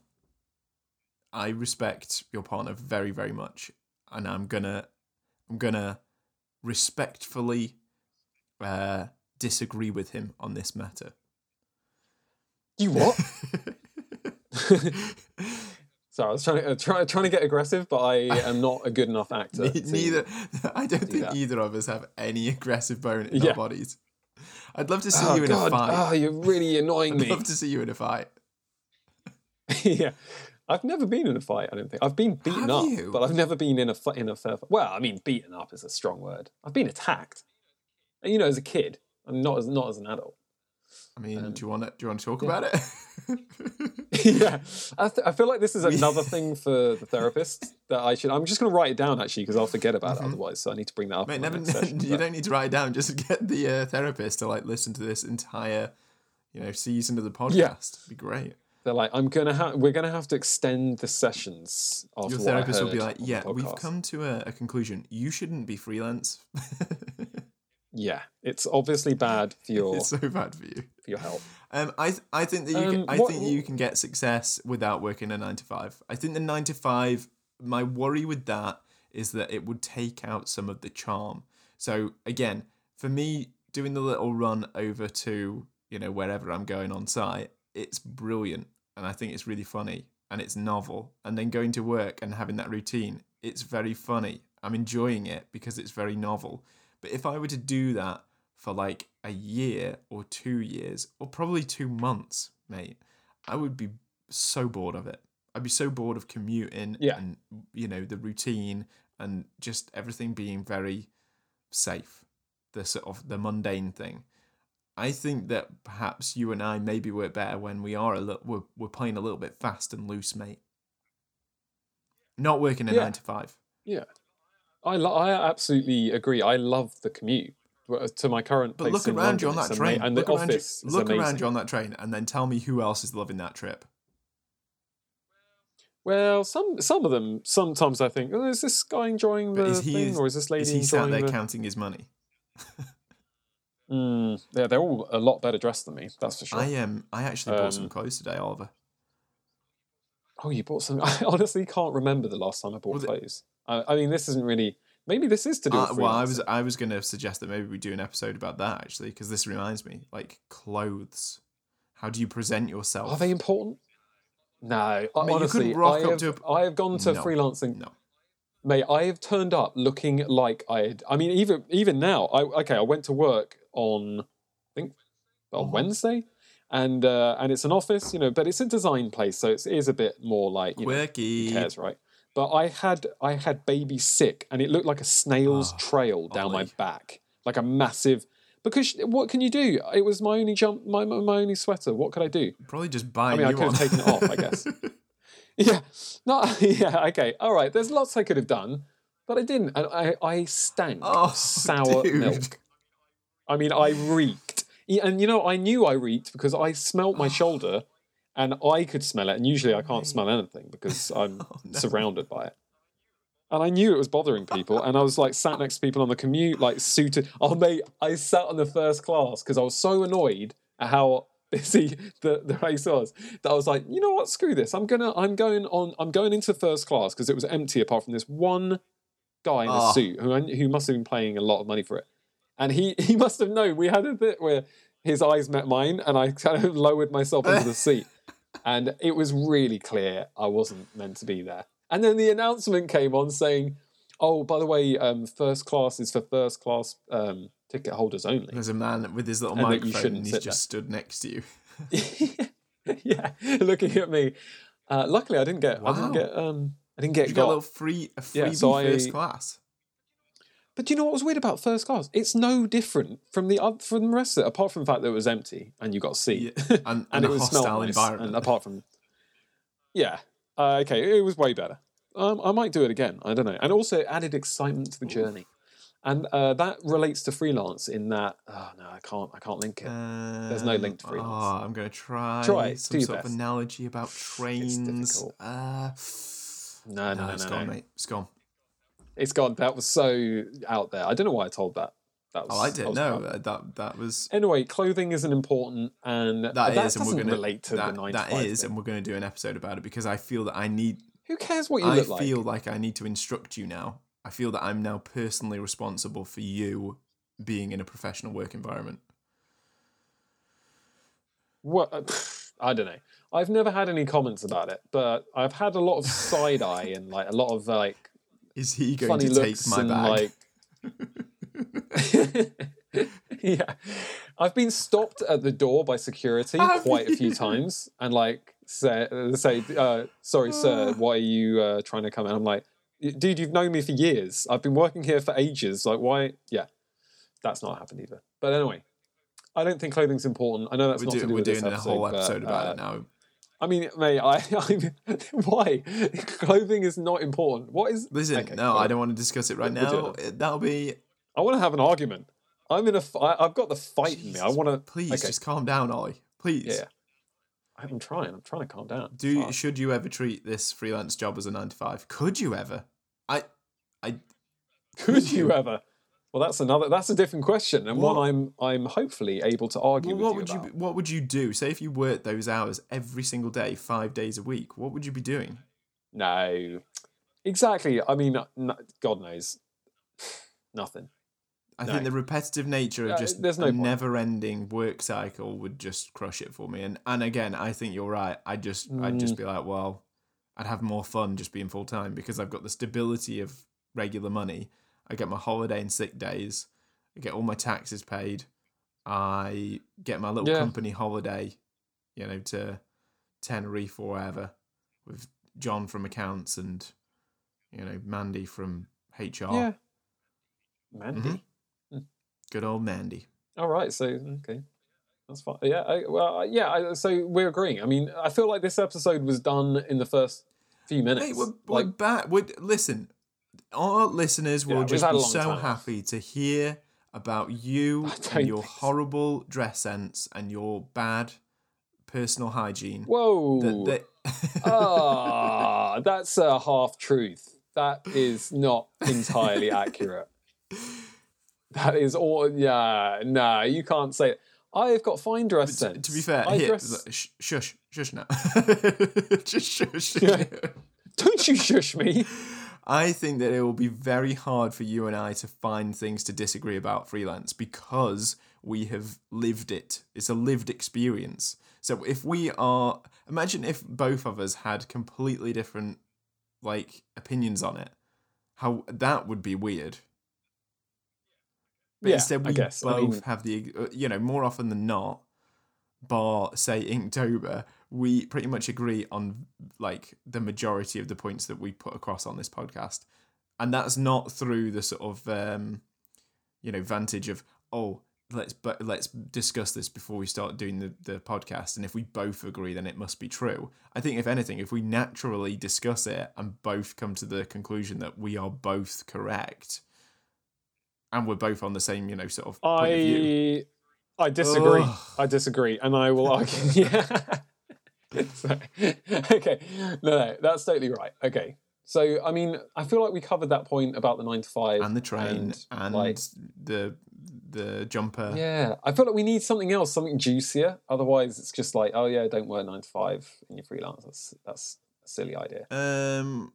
[SPEAKER 2] I respect your partner very, very much, and I'm gonna, I'm gonna respectfully uh, disagree with him on this matter.
[SPEAKER 1] you what? Sorry, I was trying to uh, try, trying to get aggressive, but I am not a good enough actor.
[SPEAKER 2] Ne-
[SPEAKER 1] to-
[SPEAKER 2] neither I don't think
[SPEAKER 1] that.
[SPEAKER 2] either of us have any aggressive bone in
[SPEAKER 1] Yeah.
[SPEAKER 2] our bodies. I'd love to see
[SPEAKER 1] Oh,
[SPEAKER 2] you in
[SPEAKER 1] God.
[SPEAKER 2] a fight.
[SPEAKER 1] Oh, you're really annoying
[SPEAKER 2] I'd
[SPEAKER 1] me.
[SPEAKER 2] love to see you in a fight.
[SPEAKER 1] yeah. I've never been in a fight. I don't think I've been beaten
[SPEAKER 2] Have
[SPEAKER 1] up,
[SPEAKER 2] you?
[SPEAKER 1] but I've never been in a fi- in a fair. Fight. Well, I mean, beaten up is a strong word. I've been attacked, and you know, as a kid, and not as not as an adult.
[SPEAKER 2] I mean,
[SPEAKER 1] Um,
[SPEAKER 2] do you want to do you want to talk about it?
[SPEAKER 1] yeah, I, th- I feel like this is another thing for the therapist that I should. I'm just going to write it down actually because I'll forget about it otherwise. So I need to bring that up.
[SPEAKER 2] Mm-hmm. Mate,
[SPEAKER 1] in my
[SPEAKER 2] never,
[SPEAKER 1] next session,
[SPEAKER 2] you
[SPEAKER 1] but-
[SPEAKER 2] don't need to write it down. Just get the uh, therapist to like listen to this entire, you know, season of the podcast. It'd be great.
[SPEAKER 1] They're like, I'm gonna have. We're gonna have to extend the sessions. After
[SPEAKER 2] Your
[SPEAKER 1] what I
[SPEAKER 2] therapist will be
[SPEAKER 1] heard
[SPEAKER 2] like,
[SPEAKER 1] on the
[SPEAKER 2] "Yeah, we've
[SPEAKER 1] podcast."
[SPEAKER 2] come to a, a conclusion. You shouldn't be freelance.
[SPEAKER 1] Yeah, it's obviously bad for your
[SPEAKER 2] it's so bad for you."
[SPEAKER 1] for your health.
[SPEAKER 2] Um, I th- I think that you
[SPEAKER 1] Um,
[SPEAKER 2] can, I
[SPEAKER 1] what-
[SPEAKER 2] think you can get success without working a nine to five. I think the nine to five. My worry with that is that it would take out some of the charm. So again, for me, doing the little run over to you know wherever I'm going on site, it's brilliant, and I think it's really funny and it's novel. And then going to work and having that routine, it's very funny. I'm enjoying it because it's very novel. But if I were to do that for like a year or two years or probably two months, mate, I would be so bored of it. I'd be so bored of commuting
[SPEAKER 1] Yeah.
[SPEAKER 2] and you know the routine and just everything being very safe. The sort of the mundane thing. I think that perhaps you and I maybe work better when we are a little we're, we're playing a little bit fast and loose, mate. Not working a
[SPEAKER 1] Yeah.
[SPEAKER 2] nine to five.
[SPEAKER 1] Yeah, I lo- I absolutely agree. I love the commute Well, to my current.
[SPEAKER 2] But
[SPEAKER 1] place
[SPEAKER 2] look
[SPEAKER 1] in
[SPEAKER 2] around you on
[SPEAKER 1] London,
[SPEAKER 2] that
[SPEAKER 1] it's
[SPEAKER 2] train.
[SPEAKER 1] ama- and
[SPEAKER 2] look
[SPEAKER 1] the
[SPEAKER 2] around
[SPEAKER 1] office
[SPEAKER 2] you,
[SPEAKER 1] is
[SPEAKER 2] look
[SPEAKER 1] amazing.
[SPEAKER 2] around you on that train, and then tell me who else is loving that trip.
[SPEAKER 1] Well, some some of them. Sometimes I think, oh, is this guy enjoying
[SPEAKER 2] But
[SPEAKER 1] the
[SPEAKER 2] is he-
[SPEAKER 1] thing, or is this lady
[SPEAKER 2] Is he sat
[SPEAKER 1] enjoying
[SPEAKER 2] there
[SPEAKER 1] the?
[SPEAKER 2] counting his money?
[SPEAKER 1] Mm, yeah, they're all a lot better dressed than me. That's for sure.
[SPEAKER 2] I um, I actually bought some
[SPEAKER 1] Um,
[SPEAKER 2] clothes today, Oliver.
[SPEAKER 1] Oh, you bought some. I honestly can't remember the last time I bought
[SPEAKER 2] Was it-
[SPEAKER 1] clothes. I, I mean, this isn't really. Maybe this is to do.
[SPEAKER 2] Uh,
[SPEAKER 1] with
[SPEAKER 2] well, I
[SPEAKER 1] freelancing.
[SPEAKER 2] was I was going to suggest that maybe we do an episode about that actually, because this reminds me, like clothes. How do you present yourself?
[SPEAKER 1] Are they important? No,
[SPEAKER 2] you
[SPEAKER 1] honestly,
[SPEAKER 2] couldn't rock
[SPEAKER 1] I
[SPEAKER 2] up
[SPEAKER 1] have,
[SPEAKER 2] to a-
[SPEAKER 1] I have gone to
[SPEAKER 2] No.
[SPEAKER 1] freelancing.
[SPEAKER 2] No.
[SPEAKER 1] Mate, I have turned up looking like I had. I mean, even even now, I okay, I went to work on, I think, on
[SPEAKER 2] Mhm.
[SPEAKER 1] Wednesday, and uh, and it's an office, you know, but it's a design place, so it's, it is a bit more like you know,
[SPEAKER 2] Quirky.
[SPEAKER 1] who cares, right? But I had I had baby sick, and it looked like a snail's
[SPEAKER 2] Oh,
[SPEAKER 1] trail down my
[SPEAKER 2] Ollie.
[SPEAKER 1] back, like a massive. Because what can you do? It was my only jump, my my my only sweater. What could I do?
[SPEAKER 2] Probably just buy.
[SPEAKER 1] I mean,
[SPEAKER 2] a
[SPEAKER 1] I
[SPEAKER 2] new
[SPEAKER 1] could have
[SPEAKER 2] one.
[SPEAKER 1] taken it off, I guess. Yeah, not yeah. Okay, all right. There's lots I could have done, but I didn't, and I I stank
[SPEAKER 2] oh,
[SPEAKER 1] of sour
[SPEAKER 2] dude.
[SPEAKER 1] milk. I mean, I reeked, Yeah, and you know, I knew I reeked because I smelt my shoulder, and I could smell it. And usually, I can't smell anything because I'm
[SPEAKER 2] Oh, no.
[SPEAKER 1] surrounded by it. And I knew it was bothering people, and I was like sat next to people on the commute, like suited. Oh mate, I sat on the first class because I was so annoyed at how busy the, the race was that I was like, you know what, screw this. I'm gonna, I'm going on, I'm going into first class because it was empty apart from this one guy in
[SPEAKER 2] Ah.
[SPEAKER 1] a suit who I- who must have been paying a lot of money for it, and he he must have known. We had a bit where his eyes met mine, and I kind of lowered myself into the seat and it was really clear I wasn't meant to be there. And then the announcement came on saying, "Oh, by the way, um, first class is for first class um, ticket holders only."
[SPEAKER 2] There's a man with his little
[SPEAKER 1] And that you
[SPEAKER 2] microphone,
[SPEAKER 1] shouldn't
[SPEAKER 2] and he's
[SPEAKER 1] sit
[SPEAKER 2] just stood next to you.
[SPEAKER 1] yeah, looking at me. Uh, luckily, I didn't get. I
[SPEAKER 2] Wow.
[SPEAKER 1] didn't get. Um, I didn't get
[SPEAKER 2] You got a
[SPEAKER 1] got.
[SPEAKER 2] little free, a freebie
[SPEAKER 1] Yeah, so I-
[SPEAKER 2] first class.
[SPEAKER 1] But do you know what was weird about first class? It's no different from the oth- from the rest of it, apart from the fact that it was empty and you got a seat.
[SPEAKER 2] and,
[SPEAKER 1] and,
[SPEAKER 2] and
[SPEAKER 1] it
[SPEAKER 2] a
[SPEAKER 1] was
[SPEAKER 2] hostile
[SPEAKER 1] smelled nice,
[SPEAKER 2] environment.
[SPEAKER 1] And apart from, yeah, uh, okay, it was way better. Um, I might do it again. I don't know. And also it added excitement to the journey, and uh, that relates to freelance in that. Oh no, I can't. I can't
[SPEAKER 2] Uh,
[SPEAKER 1] link it. no
[SPEAKER 2] Um,
[SPEAKER 1] link to freelance.
[SPEAKER 2] Oh, I'm going to try,
[SPEAKER 1] Try,
[SPEAKER 2] some
[SPEAKER 1] do your
[SPEAKER 2] sort of
[SPEAKER 1] best.
[SPEAKER 2] analogy about trains.
[SPEAKER 1] difficult.
[SPEAKER 2] Uh,
[SPEAKER 1] no, no, no,
[SPEAKER 2] it's
[SPEAKER 1] no,
[SPEAKER 2] gone,
[SPEAKER 1] no.
[SPEAKER 2] mate. It's gone.
[SPEAKER 1] It's gone. That was so out there. I don't know why I told that. That was.
[SPEAKER 2] Oh, I
[SPEAKER 1] that
[SPEAKER 2] didn't
[SPEAKER 1] was
[SPEAKER 2] know
[SPEAKER 1] bad.
[SPEAKER 2] uh, that. That was
[SPEAKER 1] Anyway, clothing isn't important, and that,
[SPEAKER 2] that is,
[SPEAKER 1] doesn't
[SPEAKER 2] and we're going to
[SPEAKER 1] relate to
[SPEAKER 2] that,
[SPEAKER 1] the nine
[SPEAKER 2] that
[SPEAKER 1] to five
[SPEAKER 2] is,
[SPEAKER 1] thing.
[SPEAKER 2] and we're going to do an episode about it because I feel that I need.
[SPEAKER 1] Who cares what you
[SPEAKER 2] I
[SPEAKER 1] look like?
[SPEAKER 2] feel like. I need to instruct you now. I feel that I'm now personally responsible for you being in a professional work environment.
[SPEAKER 1] What uh, pff, I don't know. I've never had any comments about it, but I've had a lot of side eye and like a lot of like
[SPEAKER 2] Is he going
[SPEAKER 1] funny
[SPEAKER 2] to take
[SPEAKER 1] looks
[SPEAKER 2] my
[SPEAKER 1] and
[SPEAKER 2] bag?
[SPEAKER 1] like. yeah, I've been stopped at the door by security
[SPEAKER 2] Have
[SPEAKER 1] quite a few
[SPEAKER 2] you?
[SPEAKER 1] times, and like say say uh, sorry,
[SPEAKER 2] Ah.
[SPEAKER 1] sir, why are you uh, trying to come? in? I'm like, dude, you've known me for years. I've been working here for ages. Like, why? Yeah, that's not happened either. But anyway. I don't think clothing's important. I know that's
[SPEAKER 2] we're
[SPEAKER 1] not to
[SPEAKER 2] doing,
[SPEAKER 1] do
[SPEAKER 2] we're
[SPEAKER 1] with this
[SPEAKER 2] doing a whole
[SPEAKER 1] but,
[SPEAKER 2] episode about
[SPEAKER 1] uh,
[SPEAKER 2] it now.
[SPEAKER 1] I mean, mate, I, I why clothing is not important. What is?
[SPEAKER 2] Listen,
[SPEAKER 1] Okay,
[SPEAKER 2] no,
[SPEAKER 1] fine.
[SPEAKER 2] I don't want to discuss it right
[SPEAKER 1] We'll do
[SPEAKER 2] now. Uh,
[SPEAKER 1] it
[SPEAKER 2] That'll be
[SPEAKER 1] I want to have an argument. I'm in a. F- I, I've got the fight in me. I
[SPEAKER 2] Jesus,
[SPEAKER 1] want to.
[SPEAKER 2] please
[SPEAKER 1] okay.
[SPEAKER 2] just calm down, Ollie. Please.
[SPEAKER 1] Yeah. I'm trying. I'm trying to calm down.
[SPEAKER 2] Do
[SPEAKER 1] Fuck.
[SPEAKER 2] should you ever treat this freelance job as a nine to five? Could you ever? I, I
[SPEAKER 1] could you ever? Well, that's another. That's a different question, and
[SPEAKER 2] What-
[SPEAKER 1] one I'm I'm hopefully able to argue with
[SPEAKER 2] well, what
[SPEAKER 1] you
[SPEAKER 2] would you
[SPEAKER 1] about.
[SPEAKER 2] be- what would you do? Say if you worked those hours every single day, five days a week, what would you be doing?
[SPEAKER 1] No, exactly. I mean, uh, n- God knows, nothing.
[SPEAKER 2] I
[SPEAKER 1] No.
[SPEAKER 2] think the repetitive nature
[SPEAKER 1] Uh,
[SPEAKER 2] of just
[SPEAKER 1] there's no
[SPEAKER 2] a
[SPEAKER 1] point.
[SPEAKER 2] never-ending work cycle would just crush it for me. And and again, I think you're right. I just I'd
[SPEAKER 1] Mm.
[SPEAKER 2] just be like, well, I'd have more fun just being full time because I've got the stability of regular money. I get my holiday and sick days. I get all my taxes paid. I get my little
[SPEAKER 1] Yeah.
[SPEAKER 2] company holiday, you know, to Tenerife or wherever with John from accounts and you know Mandy from HR.
[SPEAKER 1] Yeah, Mandy.
[SPEAKER 2] Mhm. Good old Mandy.
[SPEAKER 1] All right. So okay, that's fine. Yeah. I, well, I- yeah. I, so we're agreeing. I mean, I feel like this episode was done in the first few minutes.
[SPEAKER 2] Mate, we're,
[SPEAKER 1] like,
[SPEAKER 2] we're back. We're, listen, our listeners
[SPEAKER 1] Yeah,
[SPEAKER 2] will
[SPEAKER 1] we've
[SPEAKER 2] just
[SPEAKER 1] had a
[SPEAKER 2] be
[SPEAKER 1] long
[SPEAKER 2] so
[SPEAKER 1] time.
[SPEAKER 2] happy to hear about you
[SPEAKER 1] I don't
[SPEAKER 2] and your
[SPEAKER 1] think so.
[SPEAKER 2] horrible dress sense and your bad personal hygiene.
[SPEAKER 1] whoa.
[SPEAKER 2] That they-
[SPEAKER 1] ah, that's a half truth. That is not entirely accurate. That is all. Yeah, nah, you can't say it. I've got fine dress
[SPEAKER 2] to,
[SPEAKER 1] sense.
[SPEAKER 2] to be fair,
[SPEAKER 1] I
[SPEAKER 2] here,
[SPEAKER 1] dress...
[SPEAKER 2] sh- shush, shush now. just shush.
[SPEAKER 1] Yeah. don't you shush me.
[SPEAKER 2] I think that it will be very hard for you and I to find things to disagree about freelance because we have lived it. It's a lived experience. So if we are, imagine if both of us had completely different like opinions on it, how that would be weird. But
[SPEAKER 1] yeah,
[SPEAKER 2] instead, we
[SPEAKER 1] I guess.
[SPEAKER 2] both
[SPEAKER 1] I mean,
[SPEAKER 2] have the, uh, you know, more often than not, bar say Inktober, we pretty much agree on like the majority of the points that we put across on this podcast. And that's not through the sort of, um, you know, vantage of, oh, let's but let's discuss this before we start doing the, the podcast and if we both agree then it must be true i think if anything if we naturally discuss it and both come to the conclusion that we are both correct and we're both on the same you know sort of point of view
[SPEAKER 1] I I disagree.
[SPEAKER 2] Ugh.
[SPEAKER 1] I disagree, and I will argue. yeah. Sorry. okay. No, no, that's totally right. Okay. So, I mean, I feel like we covered that point about the nine to five
[SPEAKER 2] and the train
[SPEAKER 1] and,
[SPEAKER 2] and,
[SPEAKER 1] like-
[SPEAKER 2] the the jumper
[SPEAKER 1] Yeah, I feel like we need something else, something juicier. Otherwise, it's just like, oh yeah, don't work nine to five in your freelance. That's that's a silly idea.
[SPEAKER 2] um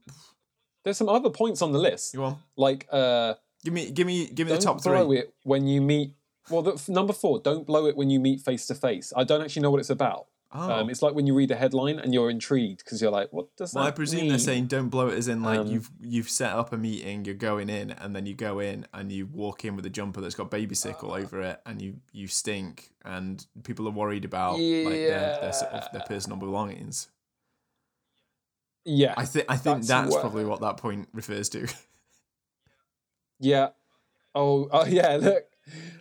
[SPEAKER 1] There's some other points on the list,
[SPEAKER 2] you want
[SPEAKER 1] like uh,
[SPEAKER 2] give me give me give me
[SPEAKER 1] don't
[SPEAKER 2] the top
[SPEAKER 1] blow
[SPEAKER 2] three
[SPEAKER 1] it when you meet. Well, the, f- number four, don't blow it when you meet face to face. I don't actually know what it's about.
[SPEAKER 2] oh
[SPEAKER 1] Um, it's like when you read a headline and you're intrigued because you're like, what does that?
[SPEAKER 2] well, I presume
[SPEAKER 1] mean?
[SPEAKER 2] they're saying don't blow it as in like
[SPEAKER 1] Um,
[SPEAKER 2] you've you've set up a meeting, you're going in, and then you go in and you walk in with a jumper that's got baby sick
[SPEAKER 1] Uh.
[SPEAKER 2] all over it, and you you stink, and people are worried about like their, their sort of their
[SPEAKER 1] Yeah.
[SPEAKER 2] personal belongings.
[SPEAKER 1] Yeah,
[SPEAKER 2] I think I think
[SPEAKER 1] That's
[SPEAKER 2] that's,
[SPEAKER 1] wha-
[SPEAKER 2] probably what that point refers to.
[SPEAKER 1] yeah. Oh, oh yeah. Look,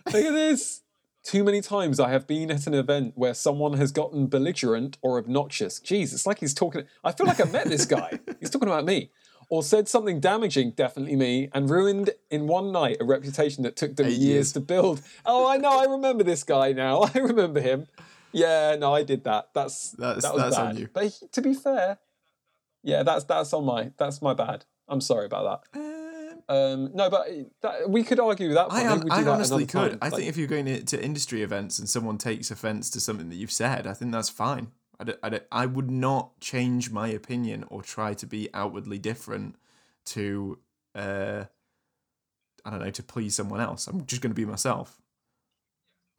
[SPEAKER 1] look at this. Too many times I have been at an event where someone has gotten belligerent or obnoxious. Jeez, it's like he's talking. I feel like I met this guy. He's talking about me. Or said something damaging, definitely me, and ruined in one night a reputation that took them
[SPEAKER 2] Eight
[SPEAKER 1] years,
[SPEAKER 2] years.
[SPEAKER 1] to build. Oh, I know. I remember this guy now. I remember him. Yeah, no, I did that. That's
[SPEAKER 2] That's
[SPEAKER 1] that was
[SPEAKER 2] that's
[SPEAKER 1] bad.
[SPEAKER 2] on you.
[SPEAKER 1] But he- to be fair, yeah, that's that's on my that's my bad. I'm sorry about
[SPEAKER 2] Um,
[SPEAKER 1] that. Um, no, but that, we could argue that.
[SPEAKER 2] I,
[SPEAKER 1] point.
[SPEAKER 2] hon-
[SPEAKER 1] Maybe we do
[SPEAKER 2] I
[SPEAKER 1] that
[SPEAKER 2] honestly
[SPEAKER 1] another time.
[SPEAKER 2] could. I
[SPEAKER 1] Like,
[SPEAKER 2] think if you're going to, to industry events and someone takes offense to something that you've said, I think that's fine. I, don't, I, don't, I would not change my opinion or try to be outwardly different to, uh, I don't know, to please someone else. I'm just going to be myself.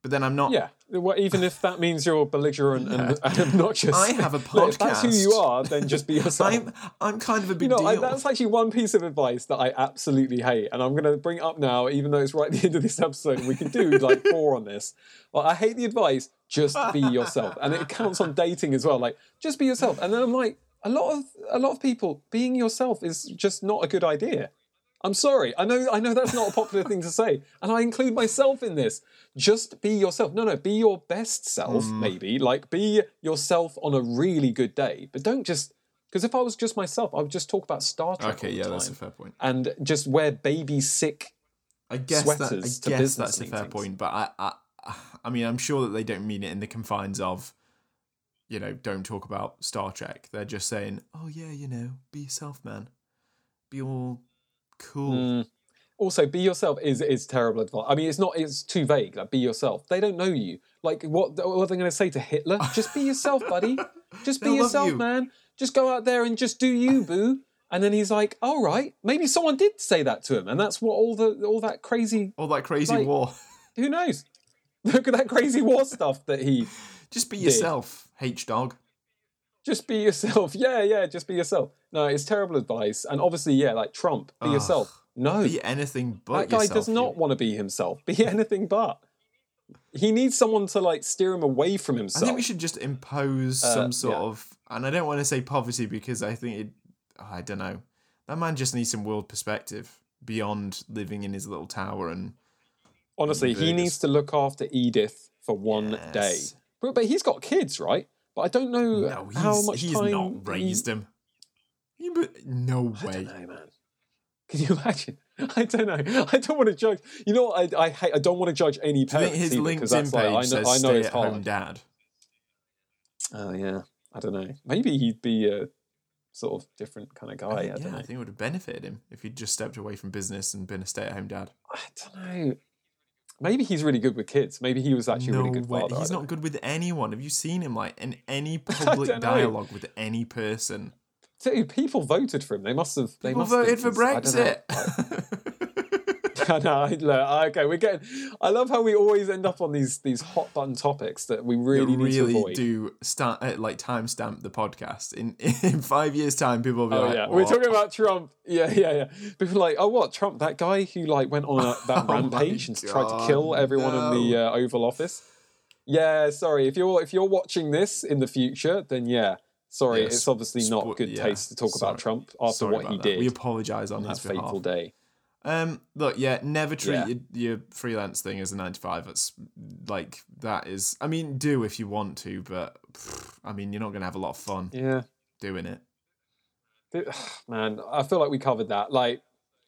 [SPEAKER 2] But then I'm not.
[SPEAKER 1] yeah, well, even if that means you're belligerent and, and obnoxious.
[SPEAKER 2] I have a
[SPEAKER 1] Look, if that's who you
[SPEAKER 2] podcast.
[SPEAKER 1] are, then just be yourself.
[SPEAKER 2] I'm I'm kind of a
[SPEAKER 1] you
[SPEAKER 2] big
[SPEAKER 1] know, I,
[SPEAKER 2] deal.
[SPEAKER 1] that's actually one piece of advice that I absolutely hate, and I'm going to bring it up now, even though it's right at the end of this episode. and We can do like four on this. Like, I hate the advice: just be yourself, and it counts on dating as well. Like, just be yourself, and then I'm like, a lot of a lot of people being yourself is just not a good idea. I'm sorry. I know I know that's not a popular thing to say, and I include myself in this. Just be yourself. No, no, be your best self
[SPEAKER 2] Mm.
[SPEAKER 1] maybe. Like be yourself on a really good day, but don't just because if I was just myself, I would just talk about Star Trek.
[SPEAKER 2] Okay,
[SPEAKER 1] all the
[SPEAKER 2] yeah, that's a
[SPEAKER 1] time
[SPEAKER 2] fair point.
[SPEAKER 1] and just wear baby sick.
[SPEAKER 2] I guess
[SPEAKER 1] sweaters
[SPEAKER 2] that,
[SPEAKER 1] to
[SPEAKER 2] I guess
[SPEAKER 1] business
[SPEAKER 2] that's a fair
[SPEAKER 1] meetings.
[SPEAKER 2] point, but I, I, I mean, I'm sure that they don't mean it in the confines of, you know, don't talk about Star Trek. They're just saying, oh yeah, you know, be yourself, man, be all cool.
[SPEAKER 1] Mm. Also, be yourself is is terrible advice. I mean, it's not. It's too vague. Like, be yourself. They don't know you. Like, what, what are they going to say to Hitler? Just be yourself, buddy. Just be
[SPEAKER 2] They'll love
[SPEAKER 1] yourself,
[SPEAKER 2] you.
[SPEAKER 1] man. Just go out there and just do you, boo. And then he's like, "All right, maybe someone did say that to him, and that's what all the all that crazy.
[SPEAKER 2] All that crazy
[SPEAKER 1] Like-
[SPEAKER 2] war.
[SPEAKER 1] Who knows? Look at that crazy war stuff that he
[SPEAKER 2] Just be yourself, H dog.
[SPEAKER 1] just be yourself. Yeah, yeah, just be yourself. No, it's terrible advice. And obviously, yeah, like Trump, be
[SPEAKER 2] Ugh.
[SPEAKER 1] yourself. No,
[SPEAKER 2] Be anything but
[SPEAKER 1] that guy
[SPEAKER 2] yourself,
[SPEAKER 1] does
[SPEAKER 2] you-
[SPEAKER 1] not want to be himself. Be anything but. He needs someone to like steer him away from
[SPEAKER 2] I
[SPEAKER 1] himself.
[SPEAKER 2] think we should just impose
[SPEAKER 1] Uh,
[SPEAKER 2] some sort
[SPEAKER 1] yeah.
[SPEAKER 2] of, and I don't want to say poverty because I think it, I don't know. That man just needs some world perspective beyond living in his little tower and
[SPEAKER 1] Honestly, he
[SPEAKER 2] Vegas.
[SPEAKER 1] needs to look after Edith for one day.
[SPEAKER 2] Yes.
[SPEAKER 1] But, but he's got kids, right? But I don't know
[SPEAKER 2] no, he's,
[SPEAKER 1] how much
[SPEAKER 2] he's
[SPEAKER 1] time
[SPEAKER 2] not
[SPEAKER 1] he-
[SPEAKER 2] raised him. He mo- no
[SPEAKER 1] I don't
[SPEAKER 2] way.
[SPEAKER 1] know, man. Can you imagine? I don't know. I don't want to judge. You know, what? I I, hate, I don't want to judge any
[SPEAKER 2] Do you think
[SPEAKER 1] parents
[SPEAKER 2] his
[SPEAKER 1] either, 'cause that's
[SPEAKER 2] LinkedIn page
[SPEAKER 1] like, I know,
[SPEAKER 2] says
[SPEAKER 1] I know
[SPEAKER 2] "stay
[SPEAKER 1] it's
[SPEAKER 2] at
[SPEAKER 1] hard.
[SPEAKER 2] home dad"?
[SPEAKER 1] Oh yeah, I don't know. Maybe he'd be a sort of different kind of guy. I,
[SPEAKER 2] I think, yeah,
[SPEAKER 1] don't know.
[SPEAKER 2] I think it would have benefited him if he'd just stepped away from business and been a stay-at-home dad.
[SPEAKER 1] I don't know. Maybe he's really good with kids. Maybe he was actually a
[SPEAKER 2] no
[SPEAKER 1] really good
[SPEAKER 2] way.
[SPEAKER 1] father. I
[SPEAKER 2] He's
[SPEAKER 1] don't
[SPEAKER 2] not good with anyone. Have you seen him like in any
[SPEAKER 1] don't
[SPEAKER 2] public
[SPEAKER 1] know.
[SPEAKER 2] dialogue with any person?
[SPEAKER 1] know. Dude, people voted for him. They must have. They
[SPEAKER 2] People
[SPEAKER 1] must have
[SPEAKER 2] voted for
[SPEAKER 1] cons- I don't know.
[SPEAKER 2] Brexit.
[SPEAKER 1] I know. I- look, okay, we're getting. I love how we always end up on these these hot button topics that we
[SPEAKER 2] They
[SPEAKER 1] really need to
[SPEAKER 2] really
[SPEAKER 1] avoid.
[SPEAKER 2] do start uh, like timestamp the podcast in in five years time. People will be
[SPEAKER 1] Oh
[SPEAKER 2] like,
[SPEAKER 1] yeah,
[SPEAKER 2] "What?"
[SPEAKER 1] we're talking about Trump. Yeah, yeah, yeah. People are like, oh what, Trump? That guy who like went on a, that
[SPEAKER 2] Oh my
[SPEAKER 1] rampage and tried to
[SPEAKER 2] God,
[SPEAKER 1] kill everyone in the uh, Oval Office. Yeah, sorry. If you're if you're watching this in the future, then yeah, sorry,
[SPEAKER 2] Yeah,
[SPEAKER 1] it's
[SPEAKER 2] sp-
[SPEAKER 1] obviously not
[SPEAKER 2] spo-
[SPEAKER 1] good
[SPEAKER 2] yeah,
[SPEAKER 1] taste to talk
[SPEAKER 2] sorry.
[SPEAKER 1] about Trump after
[SPEAKER 2] Sorry
[SPEAKER 1] what
[SPEAKER 2] about
[SPEAKER 1] he
[SPEAKER 2] that.
[SPEAKER 1] did
[SPEAKER 2] We apologize on
[SPEAKER 1] on that
[SPEAKER 2] his behalf.
[SPEAKER 1] fateful day.
[SPEAKER 2] Um, look, yeah, never treat
[SPEAKER 1] Yeah.
[SPEAKER 2] Your, your freelance thing as a nine to five. It's like that is. I mean, do if you want to, but pff, I mean, you're not gonna have a lot of fun
[SPEAKER 1] Yeah,
[SPEAKER 2] doing it.
[SPEAKER 1] Th- man, I feel like we covered that. Like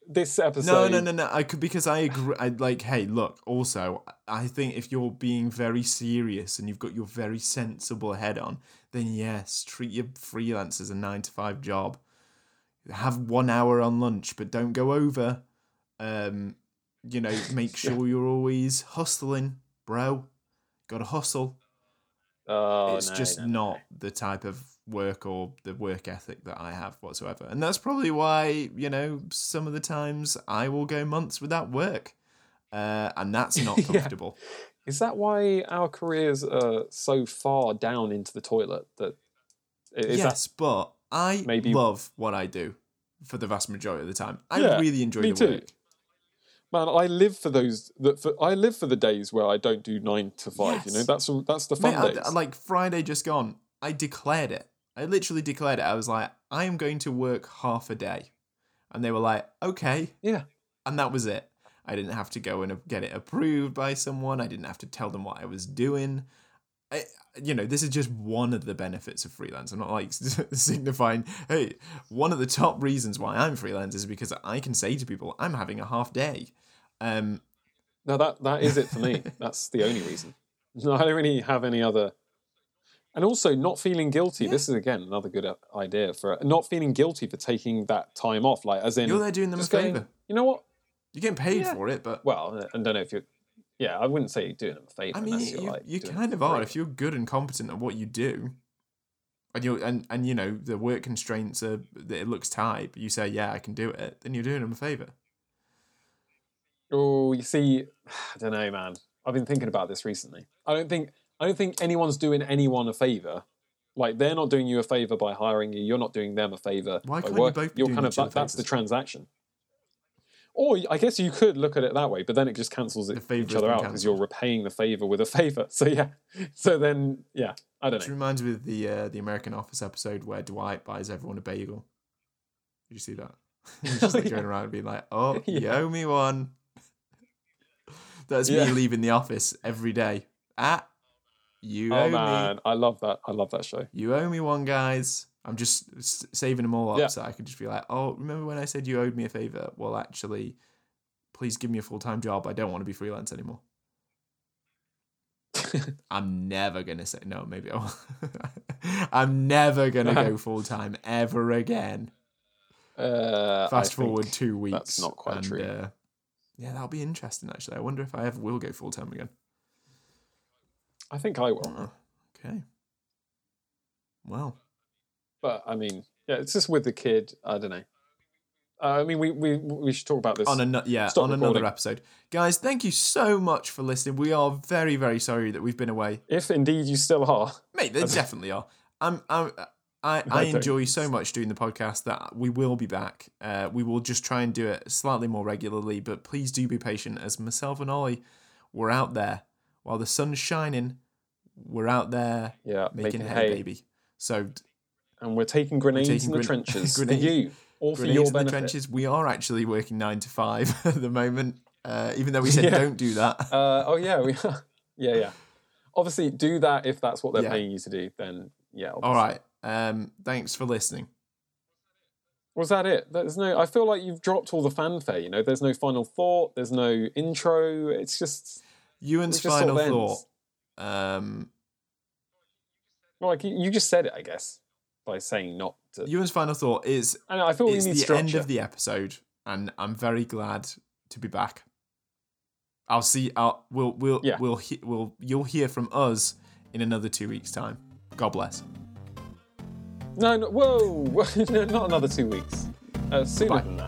[SPEAKER 1] this episode.
[SPEAKER 2] No, no, no, no. I could because I agree. I like. Hey, look. Also, I think if you're being very serious and you've got your very sensible head on, then yes, treat your freelance as a nine to five job. Have one hour on lunch, but don't go over. Um, you know, make sure you're always hustling, bro. Got to hustle.
[SPEAKER 1] Oh,
[SPEAKER 2] it's
[SPEAKER 1] no,
[SPEAKER 2] just
[SPEAKER 1] no.
[SPEAKER 2] not the type of work or the work ethic that I have whatsoever. And that's probably why, you know, some of the times I will go months without work. Uh, and that's not
[SPEAKER 1] Yeah.
[SPEAKER 2] comfortable.
[SPEAKER 1] Is that why our careers are so far down into the toilet that? Is that
[SPEAKER 2] yes, but I
[SPEAKER 1] maybe-
[SPEAKER 2] love what I do for the vast majority of the time. I
[SPEAKER 1] Yeah,
[SPEAKER 2] really enjoy
[SPEAKER 1] me
[SPEAKER 2] the
[SPEAKER 1] too.
[SPEAKER 2] work.
[SPEAKER 1] Man, I live for those that for, I live for the days where I don't do nine to five. You know,
[SPEAKER 2] Yes.
[SPEAKER 1] that's that's the fun
[SPEAKER 2] Mate, I-
[SPEAKER 1] days.
[SPEAKER 2] I- like Friday just gone, I declared it. I literally declared it. I was like, I am going to work half a day. And they were like, okay.
[SPEAKER 1] yeah,
[SPEAKER 2] and that was it. I didn't have to go and get it approved by someone. I didn't have to tell them what I was doing. I, you know, this is just one of the benefits of freelance. I'm not like signifying, hey, one of the top reasons why I'm freelance is because I can say to people, I'm having a half day. Um,
[SPEAKER 1] no, that that is it for me. that's the only reason. No, I don't really have any other. And also, not feeling guilty. This is again another good uh, idea for not feeling guilty for taking that time off. Like, as in,
[SPEAKER 2] you're there doing them a
[SPEAKER 1] just
[SPEAKER 2] favor.
[SPEAKER 1] going, you know what?
[SPEAKER 2] You're getting paid
[SPEAKER 1] Yeah.
[SPEAKER 2] for it, but
[SPEAKER 1] Well, I don't know if you're. Yeah, I wouldn't say you're doing them a favor.
[SPEAKER 2] I mean,
[SPEAKER 1] unless
[SPEAKER 2] you,
[SPEAKER 1] you're
[SPEAKER 2] you,
[SPEAKER 1] like
[SPEAKER 2] you
[SPEAKER 1] doing it
[SPEAKER 2] kind
[SPEAKER 1] for
[SPEAKER 2] of are
[SPEAKER 1] free.
[SPEAKER 2] if you're good and competent at what you do, and you and and you know the work constraints are that it looks tight. But you say, yeah, I can do it. Then you're doing them a favor.
[SPEAKER 1] Oh, you see, I don't know, man. I've been thinking about this recently. I don't think I don't think anyone's doing anyone a favor. Like they're not doing you a favor by hiring you. You're not doing them a favor by
[SPEAKER 2] Why can't you
[SPEAKER 1] work-
[SPEAKER 2] both be
[SPEAKER 1] You're
[SPEAKER 2] doing
[SPEAKER 1] kind
[SPEAKER 2] each
[SPEAKER 1] of
[SPEAKER 2] other
[SPEAKER 1] that, that's the
[SPEAKER 2] favors?
[SPEAKER 1] transaction. Or I guess you could look at it that way, but then it just cancels it,
[SPEAKER 2] favor
[SPEAKER 1] each
[SPEAKER 2] has
[SPEAKER 1] other
[SPEAKER 2] been
[SPEAKER 1] out because you're repaying the favor with a favor. So yeah, so then yeah, I don't
[SPEAKER 2] Which
[SPEAKER 1] know.
[SPEAKER 2] reminds me of the uh, the American Office episode where Dwight buys everyone a bagel. Did you see that? He's just like going around and being like, "Oh, you
[SPEAKER 1] Yeah.
[SPEAKER 2] owe me one." That's
[SPEAKER 1] Yeah.
[SPEAKER 2] me leaving the office every day. Ah, you
[SPEAKER 1] Oh
[SPEAKER 2] owe me.
[SPEAKER 1] man, I love that. I love that show.
[SPEAKER 2] You owe me one, guys. I'm just s- saving them all up
[SPEAKER 1] Yeah.
[SPEAKER 2] so I can just be like, "Oh, remember when I said you owed me a favor? Well, actually, please give me a full time job. I don't want to be freelance anymore." I'm never gonna say no. Maybe I will. I'm never gonna go full time ever again.
[SPEAKER 1] Uh, I
[SPEAKER 2] Fast
[SPEAKER 1] think-
[SPEAKER 2] forward two weeks.
[SPEAKER 1] that's not quite true.
[SPEAKER 2] Uh, yeah, that'll be interesting. Actually, I wonder if I ever will go full time again.
[SPEAKER 1] I think I will.
[SPEAKER 2] Oh, okay. Well,
[SPEAKER 1] But I mean, yeah, it's just with the kid. I don't know. Uh, I mean, we, we we should talk about this.
[SPEAKER 2] on another yeah,
[SPEAKER 1] Stop
[SPEAKER 2] on
[SPEAKER 1] recording.
[SPEAKER 2] another episode, guys. Thank you so much for listening. We are very very sorry that we've been away,
[SPEAKER 1] if indeed you still are,
[SPEAKER 2] mate. There definitely are. I'm I'm. I, I
[SPEAKER 1] don't-
[SPEAKER 2] enjoy so much doing the podcast that we will be back. Uh, we will just try and do it slightly more regularly, but please do be patient as myself and Ollie were out there while the sun's shining. We're out there
[SPEAKER 1] yeah,
[SPEAKER 2] making, hay, baby. So d-
[SPEAKER 1] and we're taking grenades
[SPEAKER 2] taking
[SPEAKER 1] in the
[SPEAKER 2] gren-
[SPEAKER 1] trenches for
[SPEAKER 2] grenade-
[SPEAKER 1] you or for
[SPEAKER 2] grenades
[SPEAKER 1] your
[SPEAKER 2] in the
[SPEAKER 1] benefit.
[SPEAKER 2] trenches. We are actually working nine to five at the moment, uh, even though we said
[SPEAKER 1] Yeah.
[SPEAKER 2] don't do that.
[SPEAKER 1] Uh, oh yeah, we are. yeah, yeah. Obviously, do that if that's what they're
[SPEAKER 2] Yeah.
[SPEAKER 1] paying you to do. Then yeah.
[SPEAKER 2] All
[SPEAKER 1] obviously.
[SPEAKER 2] right. Um, thanks for listening.
[SPEAKER 1] Was that it? There's no. I feel like you've dropped all the fanfare. You know, there's no final thought. There's no intro. It's just
[SPEAKER 2] Ewan's
[SPEAKER 1] It just sort
[SPEAKER 2] final
[SPEAKER 1] of ends.
[SPEAKER 2] thought. Um,
[SPEAKER 1] well, like you, you just said it, I guess, by saying not to.
[SPEAKER 2] Ewan's final thought is
[SPEAKER 1] I, know, I feel we
[SPEAKER 2] it's
[SPEAKER 1] need
[SPEAKER 2] the
[SPEAKER 1] structure.
[SPEAKER 2] end of the episode, and I'm very glad to be back. I'll see. I'll we'll we'll
[SPEAKER 1] Yeah.
[SPEAKER 2] we'll he, we'll you'll hear from us in another two weeks' time. God bless.
[SPEAKER 1] No, no, whoa, no, not another two weeks. Uh, sooner
[SPEAKER 2] Bye.
[SPEAKER 1] than that.